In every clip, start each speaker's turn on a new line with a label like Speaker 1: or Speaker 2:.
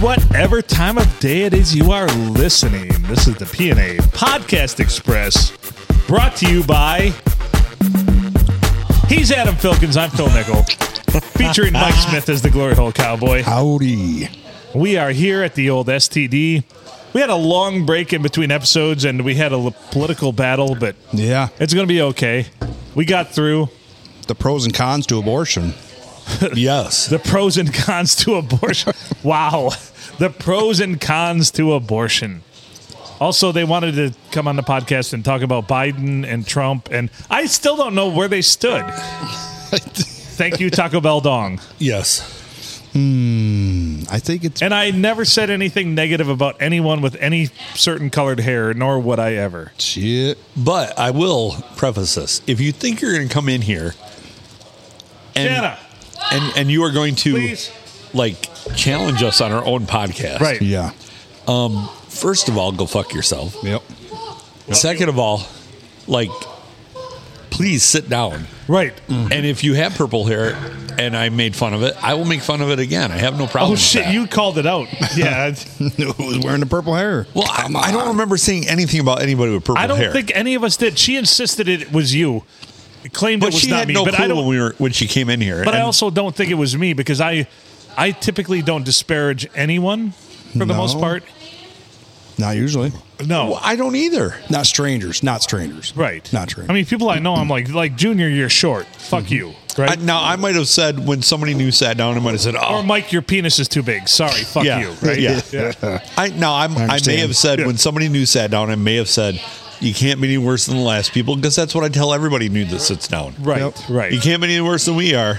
Speaker 1: whatever time of day it is you are listening. This is the PNA Podcast Express, brought to you by. He's Adam Filkins. I'm Phil Nickel, featuring Mike Smith as the Glory Hole Cowboy.
Speaker 2: Howdy.
Speaker 1: We are here at the old STD. We had a long break in between episodes, and we had a l- political battle, but
Speaker 2: Yeah.
Speaker 1: it's going to be okay. We got through
Speaker 2: The pros and cons to abortion.
Speaker 3: Yes.
Speaker 1: the pros and cons to abortion. wow. The pros and cons to abortion. Also, they wanted to come on the podcast and talk about Biden and Trump, and I still don't know where they stood. Thank you, Taco Bell Dong.
Speaker 3: Yes.
Speaker 2: I think it's
Speaker 1: And I never said anything negative about anyone with any certain colored hair, nor would I ever.
Speaker 2: shit.
Speaker 3: But I will preface this. If you think you're going to come in here and
Speaker 1: Jenna,
Speaker 3: and and you are going to
Speaker 1: Please.
Speaker 3: like challenge us on our own podcast.
Speaker 1: Right.
Speaker 2: Yeah.
Speaker 3: First of all, go fuck yourself.
Speaker 2: Yep.
Speaker 3: Second of all, like please sit down.
Speaker 1: right?
Speaker 3: And if you have purple hair and I made fun of it, I will make fun of it again. I have no problem.
Speaker 1: Oh
Speaker 3: with
Speaker 1: shit,
Speaker 3: that.
Speaker 1: you called it out. Yeah,
Speaker 2: Who's wearing the purple hair?
Speaker 3: Well, I, I don't remember saying anything about anybody with purple
Speaker 1: I don't
Speaker 3: hair.
Speaker 1: think any of us did. She insisted it was you, claimed
Speaker 3: but
Speaker 1: it was
Speaker 3: she
Speaker 1: not
Speaker 3: had
Speaker 1: me.
Speaker 3: no
Speaker 1: but
Speaker 3: clue
Speaker 1: I don't
Speaker 3: when we were when she came in here.
Speaker 1: But I
Speaker 3: And-
Speaker 1: also don't think it was me because I, I typically don't disparage anyone for the most
Speaker 2: No.
Speaker 1: part.
Speaker 2: Not usually.
Speaker 1: No,
Speaker 3: Well, I don't either.
Speaker 2: Not strangers. Not strangers.
Speaker 1: right?
Speaker 2: Not strangers.
Speaker 1: I mean, people I know, I'm like, like Junior, you're short. Fuck you,
Speaker 3: Mm-hmm. I,
Speaker 1: right?
Speaker 3: now I might have said when somebody new sat down, I might have said,
Speaker 1: or
Speaker 3: "Oh,
Speaker 1: Mike, your penis is too big. Sorry, fuck
Speaker 3: Yeah.
Speaker 1: you, right?
Speaker 3: Yeah. I." Now I'm, I, may
Speaker 2: understand.
Speaker 3: have said when somebody new sat down, I may have said, "You can't be any worse than the last people," because that's what I tell everybody new that sits down.
Speaker 1: right,
Speaker 2: Yep.
Speaker 1: right.
Speaker 3: You can't be any worse than we are.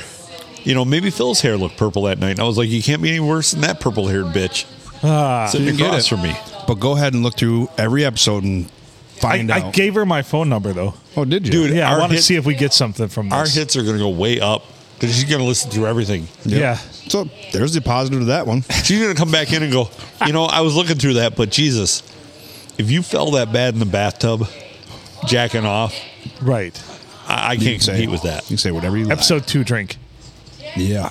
Speaker 3: You know, maybe Phil's hair looked purple that night, and I was like, "You can't be any worse than that purple-haired bitch sitting
Speaker 1: Ah,
Speaker 2: Didn't get
Speaker 3: across
Speaker 2: it.
Speaker 3: from me."
Speaker 2: But go ahead and look through every episode and
Speaker 1: I,
Speaker 2: find
Speaker 1: I
Speaker 2: out.
Speaker 1: gave her my phone number though.
Speaker 2: oh, did you?
Speaker 3: Dude,
Speaker 1: Yeah, I
Speaker 3: Our
Speaker 1: want to
Speaker 3: hit-
Speaker 1: see if we get something from this.
Speaker 3: Our hits are going to go way up because she's going to listen through everything.
Speaker 1: yeah.
Speaker 2: So there's the positive to that one.
Speaker 3: She's going to come back in and go, you know, I was looking through that, but Jesus, if you fell that bad in the bathtub, jacking off,
Speaker 1: right.
Speaker 3: I, I
Speaker 2: You
Speaker 3: can't
Speaker 2: can say-
Speaker 3: compete with that.
Speaker 2: You can say whatever you like.
Speaker 1: Episode two drink.
Speaker 2: Yeah.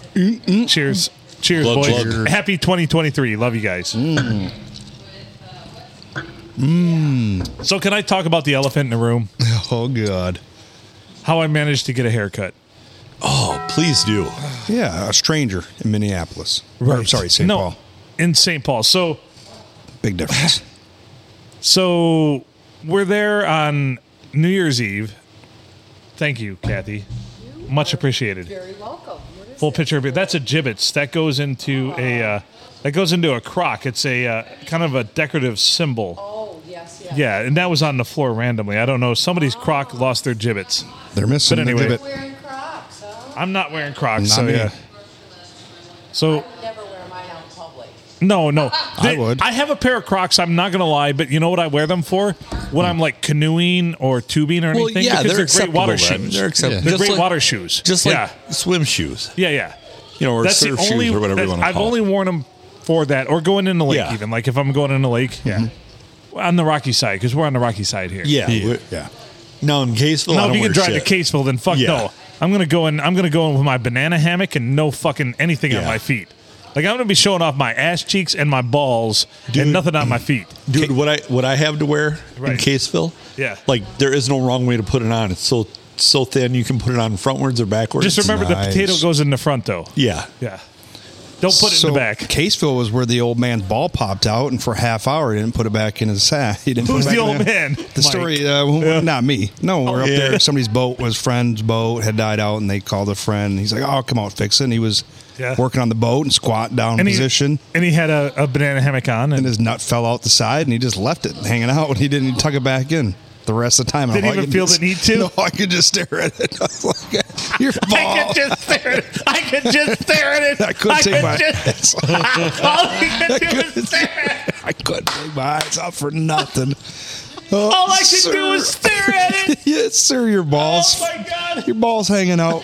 Speaker 1: Cheers. Cheers,
Speaker 3: Glug,
Speaker 1: boys.
Speaker 3: glug.
Speaker 1: Happy 2023. Love you guys.
Speaker 2: Mm. Mm.
Speaker 1: So, can I talk about the elephant in the room?
Speaker 2: Oh, God.
Speaker 1: How I managed to get a haircut.
Speaker 3: Oh, please do.
Speaker 2: Yeah. A stranger in Minneapolis. Or, sorry, St.
Speaker 1: No,
Speaker 2: Paul.
Speaker 1: In St. Paul. So,
Speaker 2: Big difference.
Speaker 1: so we're there on New Year's Eve. Thank you, Kathy. Much appreciated.
Speaker 4: Very welcome. What is
Speaker 1: Full
Speaker 4: it?
Speaker 1: picture of it. That's a gibbets. That goes into a uh, that goes into a crock. It's a uh, kind of a decorative symbol.
Speaker 4: Oh, yes, yes.
Speaker 1: Yeah, and that was on the floor randomly. I don't know. Somebody's crock lost their gibbets.
Speaker 2: They're missing
Speaker 1: But anyway.
Speaker 2: the divot.
Speaker 4: Wearing Crocs, huh?
Speaker 1: I'm not wearing crocs,
Speaker 2: Not
Speaker 1: so
Speaker 2: me.
Speaker 1: yeah. So
Speaker 4: Never wear mine out in public.
Speaker 1: no, no.
Speaker 2: I would.
Speaker 1: I have a pair of crocs, I'm not gonna lie, but you know what I wear them for? When I'm like canoeing or tubing or
Speaker 3: Well,
Speaker 1: anything. because
Speaker 3: yeah, they're,
Speaker 1: they're, great
Speaker 3: acceptable
Speaker 1: water
Speaker 3: then.
Speaker 1: shoes.
Speaker 3: They're acceptable.
Speaker 1: They're
Speaker 3: Just
Speaker 1: great
Speaker 3: like-
Speaker 1: water shoes.
Speaker 3: Just like
Speaker 1: yeah.
Speaker 3: swim shoes,
Speaker 1: Yeah, yeah.
Speaker 3: you know, or
Speaker 1: That's the
Speaker 3: surf
Speaker 1: only
Speaker 3: shoes or whatever
Speaker 1: that's-
Speaker 3: you want to
Speaker 1: I've
Speaker 3: call
Speaker 1: only
Speaker 3: it.
Speaker 1: worn them for that or going in the lake
Speaker 3: Yeah.
Speaker 1: even. Like if I'm going in the lake. Yeah. On the rocky side, because we're on the rocky side here.
Speaker 3: Yeah.
Speaker 2: Yeah.
Speaker 3: yeah. Now, in case Phil, I
Speaker 1: No,
Speaker 3: don't
Speaker 1: if you can
Speaker 3: wear
Speaker 1: drive
Speaker 3: shit.
Speaker 1: to Caseville, then fuck
Speaker 3: Yeah.
Speaker 1: no. I'm gonna go in. I'm gonna go in with my banana hammock and no fucking anything on
Speaker 3: Yeah.
Speaker 1: my feet. Like I'm gonna be showing off my ass cheeks and my balls and nothing on my feet.
Speaker 3: Dude, what I what I have to wear in
Speaker 1: Right.
Speaker 3: case Phil,
Speaker 1: Yeah.
Speaker 3: like there is no wrong way to put it on. It's so so thin you can put it on frontwards or backwards.
Speaker 1: Just remember
Speaker 2: nice.
Speaker 1: the potato goes in the front though.
Speaker 3: yeah,
Speaker 1: Yeah. Don't put it in the back.
Speaker 2: Caseville was where the old man's ball popped out, and for a half hour he didn't put it back in his sack. He didn't put
Speaker 1: Who's
Speaker 2: it back
Speaker 1: the
Speaker 2: in
Speaker 1: old
Speaker 2: the-
Speaker 1: man?
Speaker 2: The
Speaker 1: Mike. Oh,
Speaker 2: story, uh, who- not me. No, we're up
Speaker 3: yeah.
Speaker 2: there. Somebody's boat was friend's boat had died out, and they called a friend. He's like, "Oh, come out, fix it." And he was
Speaker 1: Yeah.
Speaker 2: working on the boat and squat down
Speaker 1: And he-
Speaker 2: position,
Speaker 1: And he had a, a banana hammock on.
Speaker 2: and
Speaker 1: And
Speaker 2: his nut fell out the side, and he just left it hanging out, and he didn't even tuck it back in. The rest of the time, And
Speaker 1: Didn't
Speaker 2: all I
Speaker 1: even
Speaker 2: could
Speaker 1: feel
Speaker 2: just-
Speaker 1: the need to?
Speaker 2: No, I could just stare at it. I was like, "Your
Speaker 1: I
Speaker 2: ball."
Speaker 1: could just stare at it. I could just stare at it.
Speaker 2: I couldn't take my
Speaker 1: just- all I could do was stare at it.
Speaker 2: I couldn't take my eyes off for nothing. Oh,
Speaker 1: All I could
Speaker 2: sir.
Speaker 1: do was stare at it.
Speaker 2: yes, sir. Your balls,
Speaker 1: Oh my God.
Speaker 2: your balls hanging out.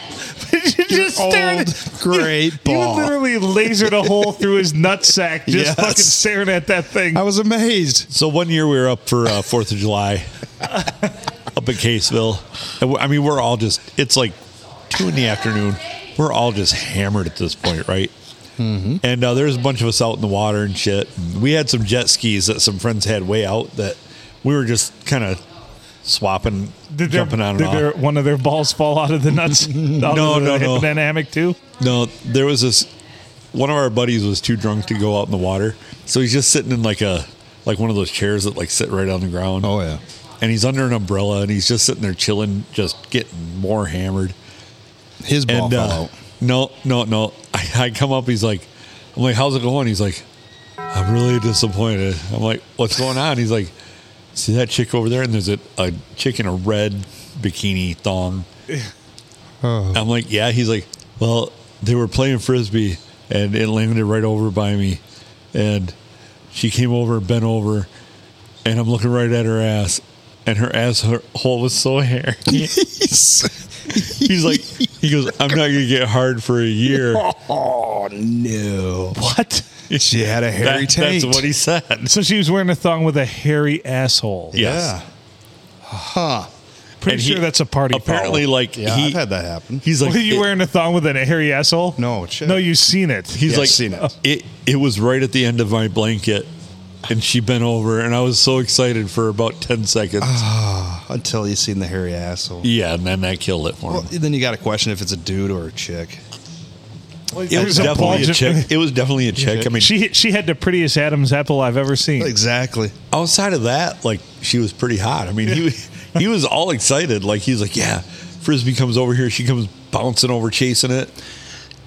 Speaker 1: you just
Speaker 2: Your
Speaker 1: stared
Speaker 2: old
Speaker 1: at-
Speaker 2: great
Speaker 1: you,
Speaker 2: ball.
Speaker 1: You literally lasered a hole through his nutsack just
Speaker 2: Yes.
Speaker 1: fucking staring at that thing.
Speaker 2: I was amazed.
Speaker 3: So one year we were up for uh, Fourth of July up at Caseville. And we- I mean, we're all just—it's like two in the afternoon. We're all just hammered at this point, right?
Speaker 2: Mm-hmm.
Speaker 3: And uh, there's a bunch of us out in the water and shit. We had some jet skis that some friends had way out that we were just kind of swapping,
Speaker 1: Did, their,
Speaker 3: jumping on and
Speaker 1: did
Speaker 3: off.
Speaker 1: their, one of their balls fall out of the nuts? no,
Speaker 3: no, no.
Speaker 1: Dynamic too.
Speaker 3: No, there was this. One of our buddies was too drunk to go out in the water, so he's just sitting in like a like one of those chairs that like sit right on the ground.
Speaker 2: Oh yeah.
Speaker 3: and he's under an umbrella and he's just sitting there chilling, just getting more hammered.
Speaker 2: His ball
Speaker 3: And
Speaker 2: fell
Speaker 3: uh,
Speaker 2: out.
Speaker 3: no, no, no. I, I come up, he's like, I'm like, how's it going? He's like, I'm really disappointed. I'm like, what's going on? He's like, see that chick over there? And there's a, a chick in a red bikini thong. I'm like, yeah. He's like, well, they were playing frisbee and it landed right over by me. And she came over, bent over, and I'm looking right at her ass. And her asshole was so hairy. He's like, he goes, I'm not gonna get hard for a year.
Speaker 2: Oh no!
Speaker 1: What?
Speaker 2: She had a hairy
Speaker 3: That-
Speaker 2: taint.
Speaker 3: that's what he said.
Speaker 1: So she was wearing a thong with a hairy asshole.
Speaker 3: Yes.
Speaker 2: Yeah. Huh.
Speaker 1: Pretty
Speaker 3: And he-
Speaker 1: sure that's a party.
Speaker 3: Apparently,
Speaker 1: foul.
Speaker 3: like
Speaker 2: Yeah,
Speaker 3: he,
Speaker 2: I've had that happen.
Speaker 3: he's like,
Speaker 1: Were you
Speaker 3: it-
Speaker 1: wearing a thong with a hairy asshole?
Speaker 2: No, shit.
Speaker 1: No, you've seen it.
Speaker 3: he's
Speaker 2: Yeah,
Speaker 3: like,
Speaker 2: seen it.
Speaker 3: it. It was right at the end of my blanket, and she bent over, and I was so excited for about ten seconds.
Speaker 2: Until you seen the hairy asshole.
Speaker 3: yeah, and then that killed it for
Speaker 2: Well,
Speaker 3: him.
Speaker 2: then you got to question if it's a dude or a chick.
Speaker 3: it was definitely a chick. It was definitely a chick. I mean,
Speaker 1: She she had the prettiest Adam's apple I've ever seen.
Speaker 2: Exactly.
Speaker 3: outside of that, like she was pretty hot. I mean, he he was all excited. Like he's like, yeah, frisbee comes over here. She comes bouncing over, chasing it,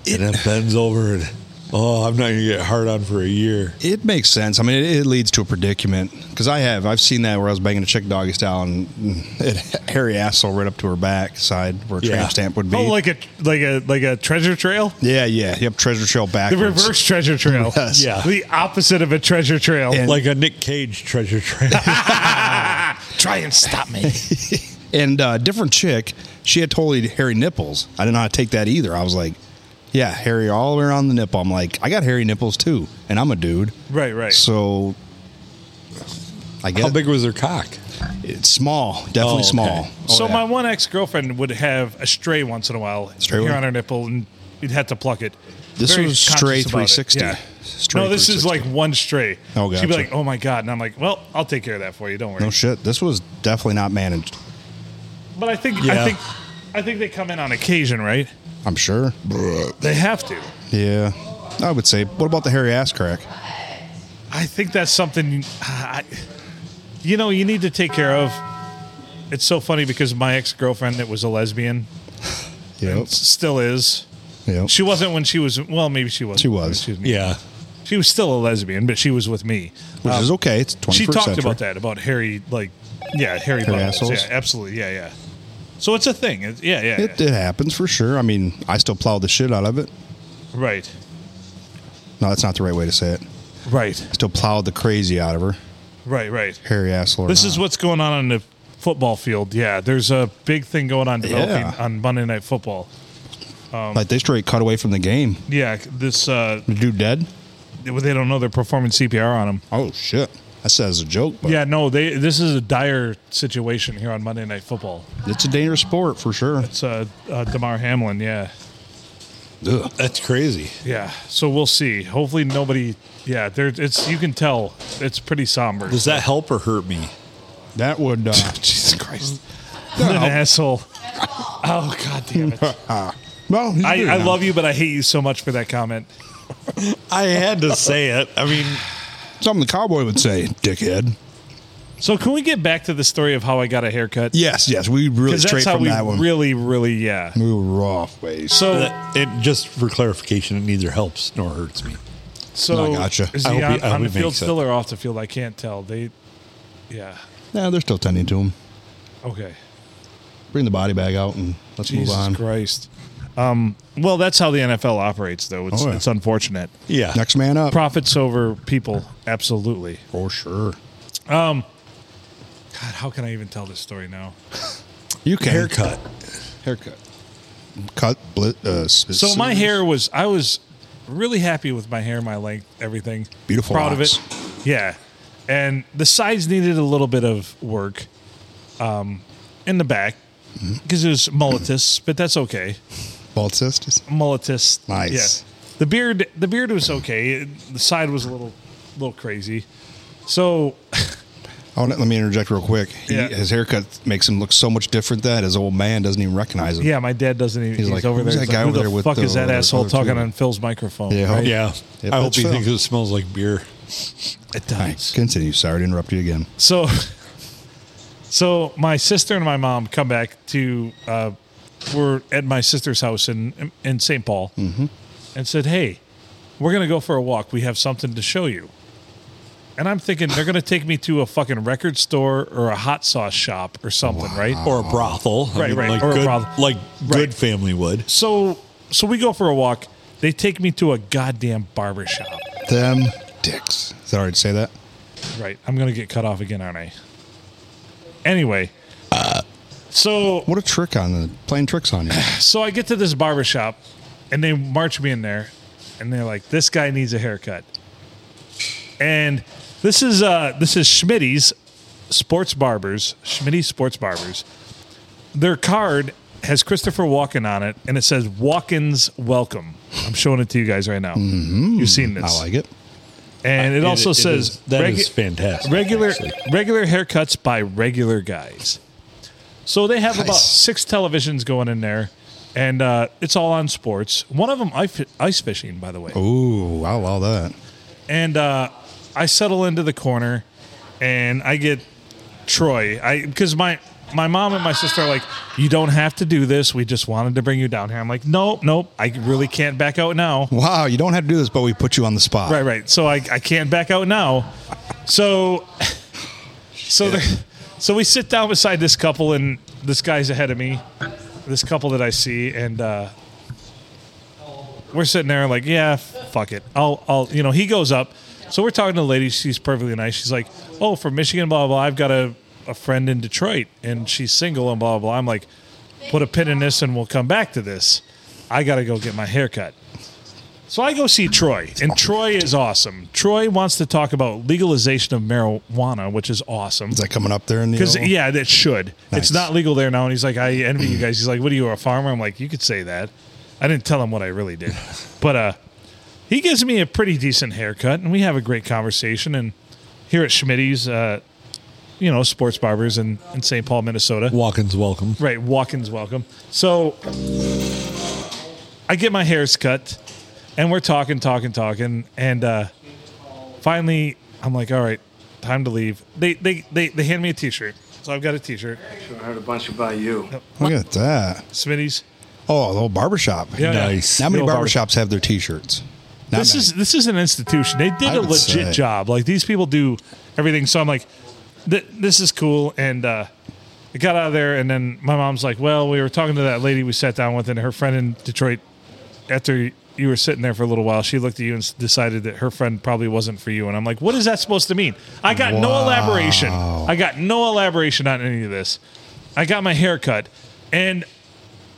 Speaker 3: and then bends over and. Oh, I'm not gonna get hard on for a year.
Speaker 2: It makes sense. I mean, it, it leads to a predicament because I have I've seen that where I was banging a chick doggy style and mm, it had hairy asshole right up to her back side where a
Speaker 3: Yeah.
Speaker 2: tramp stamp would be.
Speaker 1: oh, like a like a like a treasure trail.
Speaker 2: yeah, yeah. Yep, treasure trail
Speaker 1: The
Speaker 2: backwards.
Speaker 1: reverse treasure trail.
Speaker 2: Yes.
Speaker 3: Yeah.
Speaker 1: The opposite of a treasure trail.
Speaker 2: And-
Speaker 3: Like a Nick Cage treasure trail.
Speaker 1: Try and stop me.
Speaker 2: And uh, different chick, she had totally hairy nipples. I didn't know how to take that either. I was like, yeah, hairy all around the nipple. I'm like, I got hairy nipples too, and I'm a dude.
Speaker 1: right, right.
Speaker 2: So I guess
Speaker 3: How big was her cock?
Speaker 2: it's small, definitely
Speaker 3: Oh, okay.
Speaker 2: small. Oh,
Speaker 1: so
Speaker 2: yeah.
Speaker 1: my one ex girlfriend would have a stray once in a while
Speaker 2: Stray
Speaker 1: here
Speaker 2: one?
Speaker 1: on her nipple, and you'd have to pluck it.
Speaker 2: This
Speaker 1: Very
Speaker 2: was stray
Speaker 1: conscious about it.
Speaker 2: 360.
Speaker 1: Yeah.
Speaker 2: Stray
Speaker 1: no, this is
Speaker 2: 360.
Speaker 1: like one stray.
Speaker 2: Oh,
Speaker 1: She'd be
Speaker 2: gotcha.
Speaker 1: like, "Oh my god," and I'm like, "Well, I'll take care of that for you. Don't worry."
Speaker 2: no shit. This was definitely not managed.
Speaker 1: but I think I
Speaker 3: Yeah.
Speaker 1: think I think they come in on occasion, right?
Speaker 2: I'm sure.
Speaker 1: They have to.
Speaker 2: Yeah, I would say. What about the hairy ass crack?
Speaker 1: I think that's something, I, you know, you need to take care of. It's so funny because my ex girlfriend that was a lesbian
Speaker 2: Yep.
Speaker 1: s- still is.
Speaker 2: Yep.
Speaker 1: She wasn't when she was. Well, maybe she was.
Speaker 2: She was.
Speaker 1: Excuse me.
Speaker 3: Yeah.
Speaker 1: She was still a lesbian, but she was with me. Um,
Speaker 2: Which is okay. It's 21st
Speaker 1: She talked
Speaker 2: century.
Speaker 1: about that about Harry, like, yeah, Harry,
Speaker 2: Hairy
Speaker 1: buttholes.
Speaker 2: assholes?
Speaker 1: Yeah, absolutely. Yeah, yeah. So it's a thing. It, yeah, yeah,
Speaker 2: It,
Speaker 1: yeah.
Speaker 2: it happens for sure. I mean, I still plow the shit out of it.
Speaker 1: Right,
Speaker 2: No, that's not the right way to say it.
Speaker 1: right,
Speaker 2: I still plowed the crazy out of her.
Speaker 1: right, right.
Speaker 2: Hairy asshole.
Speaker 1: This is what's going on in the football field. Yeah, there's a big thing going on developing
Speaker 2: Yeah.
Speaker 1: on Monday Night Football.
Speaker 2: Um, like they straight cut away from the game.
Speaker 1: Yeah, this uh,
Speaker 2: The dude dead.
Speaker 1: they don't know they're performing CPR on him.
Speaker 2: Oh shit. I said as a joke, but
Speaker 1: Yeah, no, they this is a dire situation here on Monday Night Football.
Speaker 2: it's a dangerous sport for sure.
Speaker 1: It's uh, uh Damar Hamlin. Yeah,
Speaker 2: Ugh.
Speaker 3: That's crazy.
Speaker 1: yeah. So we'll see. Hopefully nobody. Yeah, there. It's you can tell it's pretty somber.
Speaker 3: Does that help or hurt me?
Speaker 2: That would. Uh,
Speaker 1: Jesus Christ. What an asshole. Oh god damn it.
Speaker 2: well, he's
Speaker 1: I,
Speaker 2: bigger
Speaker 1: I
Speaker 2: now.
Speaker 1: love you, but I hate you so much for that comment.
Speaker 3: I had to say it. I mean,
Speaker 2: something the cowboy would say, dickhead.
Speaker 1: So can we get back to the story of how I got a haircut?
Speaker 2: Yes, yes, we really
Speaker 1: Because
Speaker 2: straight
Speaker 1: that's how
Speaker 2: from
Speaker 1: we
Speaker 2: that one. Mm.
Speaker 1: really, really yeah.
Speaker 2: we were raw ways.
Speaker 1: So
Speaker 3: that- it just for clarification, it neither helps nor hurts me.
Speaker 1: So
Speaker 2: No, I gotcha.
Speaker 1: Is
Speaker 3: I
Speaker 1: he
Speaker 3: hope
Speaker 1: on,
Speaker 3: he- I
Speaker 1: on
Speaker 3: hope
Speaker 1: the
Speaker 3: he
Speaker 1: field
Speaker 3: makes it.
Speaker 1: still or off the field? I can't tell. They, yeah,
Speaker 2: yeah, they're still tending to him.
Speaker 1: okay.
Speaker 2: Bring the body bag out and let's
Speaker 1: Jesus
Speaker 2: move on.
Speaker 1: Christ. Um, well, that's how the NFL operates, though. It's
Speaker 2: Oh, yeah.
Speaker 1: it's unfortunate.
Speaker 3: Yeah.
Speaker 2: Next man up.
Speaker 1: Profits over people, absolutely.
Speaker 2: for sure.
Speaker 1: God, how can I even tell this story now?
Speaker 2: You can
Speaker 3: Haircut.
Speaker 2: haircut, cut. Blit, uh,
Speaker 1: So my hair was I was really happy with my hair, my length, everything.
Speaker 2: Beautiful
Speaker 1: proud
Speaker 2: locks.
Speaker 1: of it. Yeah, and the sides needed a little bit of work, um, in the back
Speaker 2: Mm-hmm.
Speaker 1: because it was mulletus, but that's okay.
Speaker 2: bald cyst.
Speaker 1: mulletus.
Speaker 2: Nice.
Speaker 1: Yeah. The beard, the beard was okay. The side was a little, little crazy. So
Speaker 2: Oh, let let me interject real quick. He,
Speaker 1: Yeah.
Speaker 2: His haircut makes him look so much different that his old man doesn't even recognize him.
Speaker 1: yeah, my dad doesn't even. He's,
Speaker 2: He's like,
Speaker 1: over
Speaker 2: "Who's
Speaker 1: there.
Speaker 2: that
Speaker 1: He's like,
Speaker 2: guy
Speaker 1: Who
Speaker 2: over
Speaker 1: the
Speaker 2: there with
Speaker 1: fuck is
Speaker 2: the-
Speaker 1: that
Speaker 2: the
Speaker 1: asshole
Speaker 2: other
Speaker 1: talking
Speaker 2: two?"
Speaker 1: on Phil's microphone?
Speaker 2: Yeah,
Speaker 1: right?
Speaker 3: Yeah.
Speaker 2: Yep,
Speaker 3: I hope
Speaker 2: that's
Speaker 3: he
Speaker 2: Phil.
Speaker 3: thinks it smells like beer.
Speaker 1: it
Speaker 2: All right,
Speaker 1: does.
Speaker 2: continue. Sorry to interrupt you again.
Speaker 1: So, so my sister and my mom come back to. Uh, we're at my sister's house in in St. Paul, and said, "Hey, we're gonna go for a walk. We have something to show you." And I'm thinking they're gonna take me to a fucking record store or a hot sauce shop or something, right?
Speaker 3: Or a brothel. I
Speaker 1: Right, right,
Speaker 3: Like
Speaker 1: or a
Speaker 3: good,
Speaker 1: brothel.
Speaker 3: Like
Speaker 1: Right.
Speaker 3: good family would.
Speaker 1: So so we go for a walk. They take me to a goddamn barber shop.
Speaker 2: Them dicks. Is that all right to say that?
Speaker 1: Right. I'm gonna get cut off again, aren't I? Anyway. so
Speaker 2: What a trick on the playing tricks on you.
Speaker 1: so I get to this barber shop and they march me in there and they're like, This guy needs a haircut. And this is uh this is Schmitty's Sports Barbers, Schmitty Sports Barbers. Their card has Christopher Walken on it and it says Walken's welcome. I'm showing it to you guys right now. You've seen this.
Speaker 2: Mm-hmm. I like it.
Speaker 1: And it, also
Speaker 3: is-
Speaker 1: says
Speaker 3: that
Speaker 1: regu-
Speaker 3: is fantastic.
Speaker 1: regular
Speaker 3: actually.
Speaker 1: regular haircuts by regular guys. So they have about
Speaker 2: Nice.
Speaker 1: six televisions going in there, and uh, it's all on sports. One of them ice fishing, by the way.
Speaker 2: Oh. Ooh, I love that.
Speaker 1: And uh, I settle into the corner, and I get Troy. I because my my mom and my sister are like, "You don't have to do this. We just wanted to bring you down here." I'm like, "Nope, nope. I really can't back out now."
Speaker 2: Wow, you don't have to do this, but we put you on the spot.
Speaker 1: Right, right. So I, I can't back out now. So so there, so we sit down beside this couple and this guy's ahead of me, this couple that I see, and uh, we're sitting there like, yeah, f- fuck it. I'll I'll you know, he goes up. So we're talking to the lady, she's perfectly nice. She's like, Oh, from Michigan, blah blah, blah. I've got a, a friend in Detroit and she's single and blah blah. I'm like, put a pin in this and we'll come back to this. I gotta go get my haircut. So I go see Troy, and Troy is awesome. Troy wants to talk about legalization of marijuana, which is awesome.
Speaker 2: Is that coming up there in the?
Speaker 1: Because
Speaker 2: old-
Speaker 1: yeah, that should. It's
Speaker 2: E Nice.
Speaker 1: not legal there now, and he's like, I envy you guys. He's like, what are you, a farmer? I'm like, you could say that. I didn't tell him what I really did, but uh, he gives me a pretty decent haircut, and we have a great conversation. And here at Schmitty's, uh, you know, sports barbers in, in St. Paul, Minnesota.
Speaker 3: Walkins welcome.
Speaker 1: Right, Walkins welcome. So I get my hairs cut and we're talking, talking, talking, and uh finally I'm like, all right, time to leave. They they they, they hand me a t shirt. So I've got a t shirt.
Speaker 5: Sure heard a bunch about you.
Speaker 2: Look at that.
Speaker 1: Smitty's.
Speaker 2: Oh, the old barbershop.
Speaker 1: Yeah, yeah.
Speaker 3: Nice.
Speaker 2: How many
Speaker 1: The old barber-
Speaker 2: barbershops have their T-shirts? Not
Speaker 1: This
Speaker 2: many.
Speaker 1: is this is an institution. They did
Speaker 2: I
Speaker 1: a
Speaker 2: would
Speaker 1: legit
Speaker 2: say.
Speaker 1: job. Like these people do everything. So I'm like, th- this is cool. And uh, I got out of there, and then my mom's like, well, we were talking to that lady we sat down with, and her friend in Detroit. After you were sitting there for a little while, she looked at you and s- decided that her friend probably wasn't for you. And I'm like, what is that supposed to mean? I got no
Speaker 2: Wow.
Speaker 1: elaboration. I got no elaboration on any of this. I got my hair cut, and